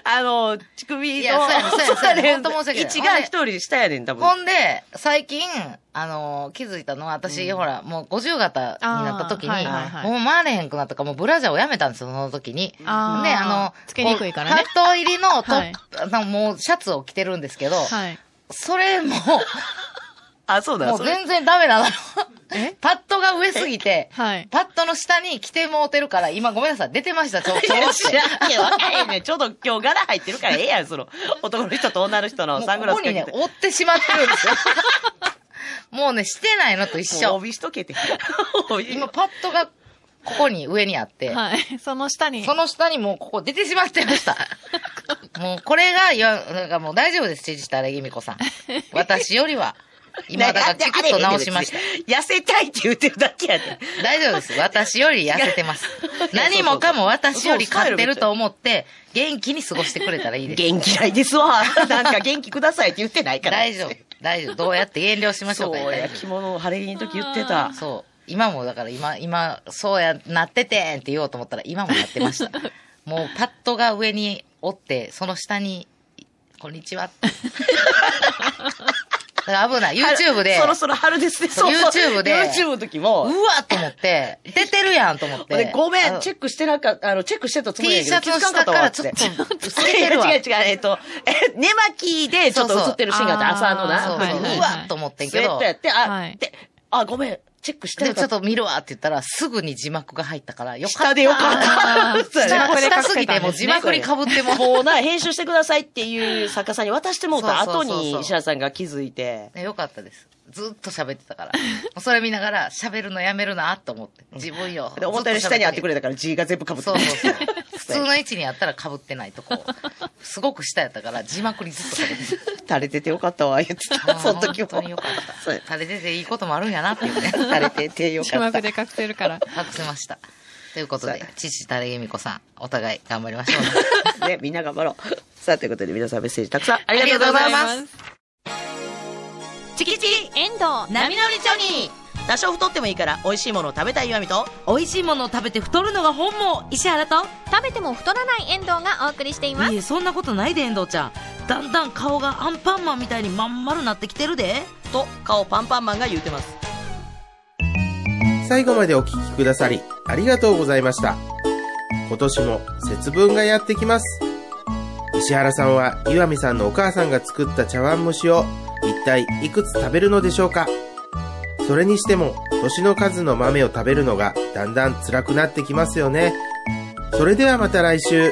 [SPEAKER 3] あの、乳首
[SPEAKER 4] い
[SPEAKER 3] の
[SPEAKER 4] やそうやねんそうやねんそうや
[SPEAKER 3] そうや
[SPEAKER 4] ねん
[SPEAKER 3] ねん
[SPEAKER 4] ほんと申し訳ない
[SPEAKER 3] 位置が一人下やねん、多
[SPEAKER 4] ほ
[SPEAKER 3] 分。
[SPEAKER 4] んで、最近、あのー気づいたのは、私、ほら、もう50型になった時に、
[SPEAKER 5] あーはいはいはい
[SPEAKER 4] もう回れへんくなったから、もうブラジャーをやめたんですよ、その時に。
[SPEAKER 5] あー
[SPEAKER 4] で、あの、
[SPEAKER 5] つけにくいからね
[SPEAKER 4] こうハット入りのト
[SPEAKER 5] はい
[SPEAKER 4] ップ、あのもうシャツを着てるんですけど、
[SPEAKER 5] はい。
[SPEAKER 4] それ も、
[SPEAKER 3] あ、そうだ、
[SPEAKER 4] も
[SPEAKER 3] そうれ。
[SPEAKER 4] 全然ダメなの。
[SPEAKER 5] え
[SPEAKER 4] パッドが上すぎて、
[SPEAKER 5] はい
[SPEAKER 4] パッドの下に着てもうてるから、今ごめんなさい、出てました、 ちょ、ちょ
[SPEAKER 3] い
[SPEAKER 4] ろ
[SPEAKER 3] や
[SPEAKER 4] っ
[SPEAKER 3] 知
[SPEAKER 4] て。
[SPEAKER 3] らんけど、わかへんねん。ちょうど今日柄入ってるからええやん、そ の、男の人と女の人の
[SPEAKER 4] もう
[SPEAKER 3] サングラス
[SPEAKER 4] ここ
[SPEAKER 3] かけ
[SPEAKER 4] にね
[SPEAKER 3] て、。
[SPEAKER 4] 折ってしまってるんですよ。もうね、してないのと一
[SPEAKER 3] もう
[SPEAKER 4] 緒。
[SPEAKER 3] 帯しとけ て。
[SPEAKER 4] 今、パッドが、ここに、上にあって、
[SPEAKER 5] はい。その下に。
[SPEAKER 4] その下にもう、ここ出てしまって ました。もう、これが、いや、なんかもう大丈夫です、知事たら由美子 さん。私よりは、今、だから、チクッと直しました。
[SPEAKER 3] 痩せたいって言ってるだけやで。
[SPEAKER 4] 大丈夫です。私より痩せてます。何もかも私より買ってると思って、元気に過ごしてくれたらいいです。
[SPEAKER 3] 元気ないです わ。なんか元気くださいって言ってないから。
[SPEAKER 4] 大丈夫。大丈夫。どうやって減量しましょうか。
[SPEAKER 3] そうや、着物を晴れ着の時言ってた。
[SPEAKER 4] そう。今もだから今、今、そうや、なっててんって言おうと思ったら今もやってました。もうパッドが上に折って、その下に、こんにちはって。だから危ない。YouTube で、
[SPEAKER 3] そろそろ春ですね。
[SPEAKER 4] そう
[SPEAKER 3] そうそう
[SPEAKER 4] YouTube で
[SPEAKER 3] YouTube の時
[SPEAKER 4] うわ
[SPEAKER 3] も。
[SPEAKER 4] っと思って、出てるやんと 思って
[SPEAKER 3] で。ごめ
[SPEAKER 4] あ
[SPEAKER 3] ん、
[SPEAKER 4] の
[SPEAKER 3] チェックしてなかった、あの、チェックしてたつもりや
[SPEAKER 4] T
[SPEAKER 3] けど
[SPEAKER 4] シャツの下からちょっ
[SPEAKER 3] 気づかんか
[SPEAKER 4] と
[SPEAKER 3] った
[SPEAKER 4] 薄
[SPEAKER 3] わ
[SPEAKER 4] れてるわ。
[SPEAKER 3] 違う違う、えっと、え、寝巻きでちょっと映ってるシーンがあって、
[SPEAKER 5] そうそう
[SPEAKER 3] 朝のな、
[SPEAKER 4] そう
[SPEAKER 5] はい
[SPEAKER 4] そう
[SPEAKER 5] はいうは
[SPEAKER 4] わ
[SPEAKER 5] い
[SPEAKER 4] っと思ってん
[SPEAKER 3] ス
[SPEAKER 4] け
[SPEAKER 3] ウェ
[SPEAKER 4] ど
[SPEAKER 3] ット、やって、あ
[SPEAKER 5] は、い
[SPEAKER 3] で、あ、ごめん、チェックして
[SPEAKER 4] で
[SPEAKER 3] な
[SPEAKER 4] ち
[SPEAKER 3] か
[SPEAKER 4] ょ
[SPEAKER 3] っ。
[SPEAKER 4] ったと見るわって言ったら、すぐに字幕が入ったから、よか
[SPEAKER 3] 下
[SPEAKER 4] った。
[SPEAKER 3] でよかった。そうやね
[SPEAKER 4] 下
[SPEAKER 5] 幕で隠せた
[SPEAKER 4] 下
[SPEAKER 5] んですね
[SPEAKER 4] すぎて、もう字幕に被っても、
[SPEAKER 3] もうな、編集してくださいっていう作家さんに渡してもうた
[SPEAKER 4] そう
[SPEAKER 3] 後
[SPEAKER 4] そうそうそう
[SPEAKER 3] に石原さんが気づいて。
[SPEAKER 4] ね、よかったです。ずっと喋ってたから。もうそれ見ながら、喋るのやめるなと思って。自分よ。
[SPEAKER 3] で、思ったより下にあってく
[SPEAKER 4] れ。
[SPEAKER 3] れたから G が全部被って
[SPEAKER 4] そうそう そう。普通
[SPEAKER 3] そうや
[SPEAKER 4] の位置にあったら被ってないとこ。すごく下やったから、字幕にずっと被って
[SPEAKER 3] 垂れててよかったわ、言って
[SPEAKER 4] た。
[SPEAKER 3] た。 その時も。
[SPEAKER 4] 本当によかっ
[SPEAKER 3] そ
[SPEAKER 4] た。
[SPEAKER 3] う
[SPEAKER 4] 垂れてていいこともあるんやなっていうね。
[SPEAKER 3] 垂れててよ
[SPEAKER 5] 字
[SPEAKER 3] かっ
[SPEAKER 5] 幕
[SPEAKER 3] た。
[SPEAKER 5] で隠せるから。
[SPEAKER 4] 隠せました。というこ
[SPEAKER 3] そ
[SPEAKER 4] と
[SPEAKER 3] う
[SPEAKER 4] で
[SPEAKER 3] やな、
[SPEAKER 4] 父、垂れ由美子さん、お互い頑張りましょうね。
[SPEAKER 3] ね、みんな頑張ろう。さあ、ということで皆さんメッセージたく さんありがとうございます。
[SPEAKER 4] す。
[SPEAKER 3] チキチ
[SPEAKER 5] 遠藤。
[SPEAKER 3] 波乗りジョニー多少太ってもいいから美味しいものを食べたい岩見と、
[SPEAKER 6] 美味しいものを食べて太るのが本望石原と
[SPEAKER 7] 食べても太らない遠藤がお送りしています
[SPEAKER 6] いえそんなことないで遠藤ちゃんだんだん顔がアンパンマンみたいにまん丸なってきてるで
[SPEAKER 3] と顔パンパンマンが言うてます。
[SPEAKER 2] 最後までお聞きくださり、ありがとうございました。今年も節分がやってきます。石原さんは岩見さんのお母さんが作った茶碗蒸しを一体いくつ食べるのでしょうかそれにしても年の数の豆を食べるのがだんだん辛くなってきますよね。それではまた来週。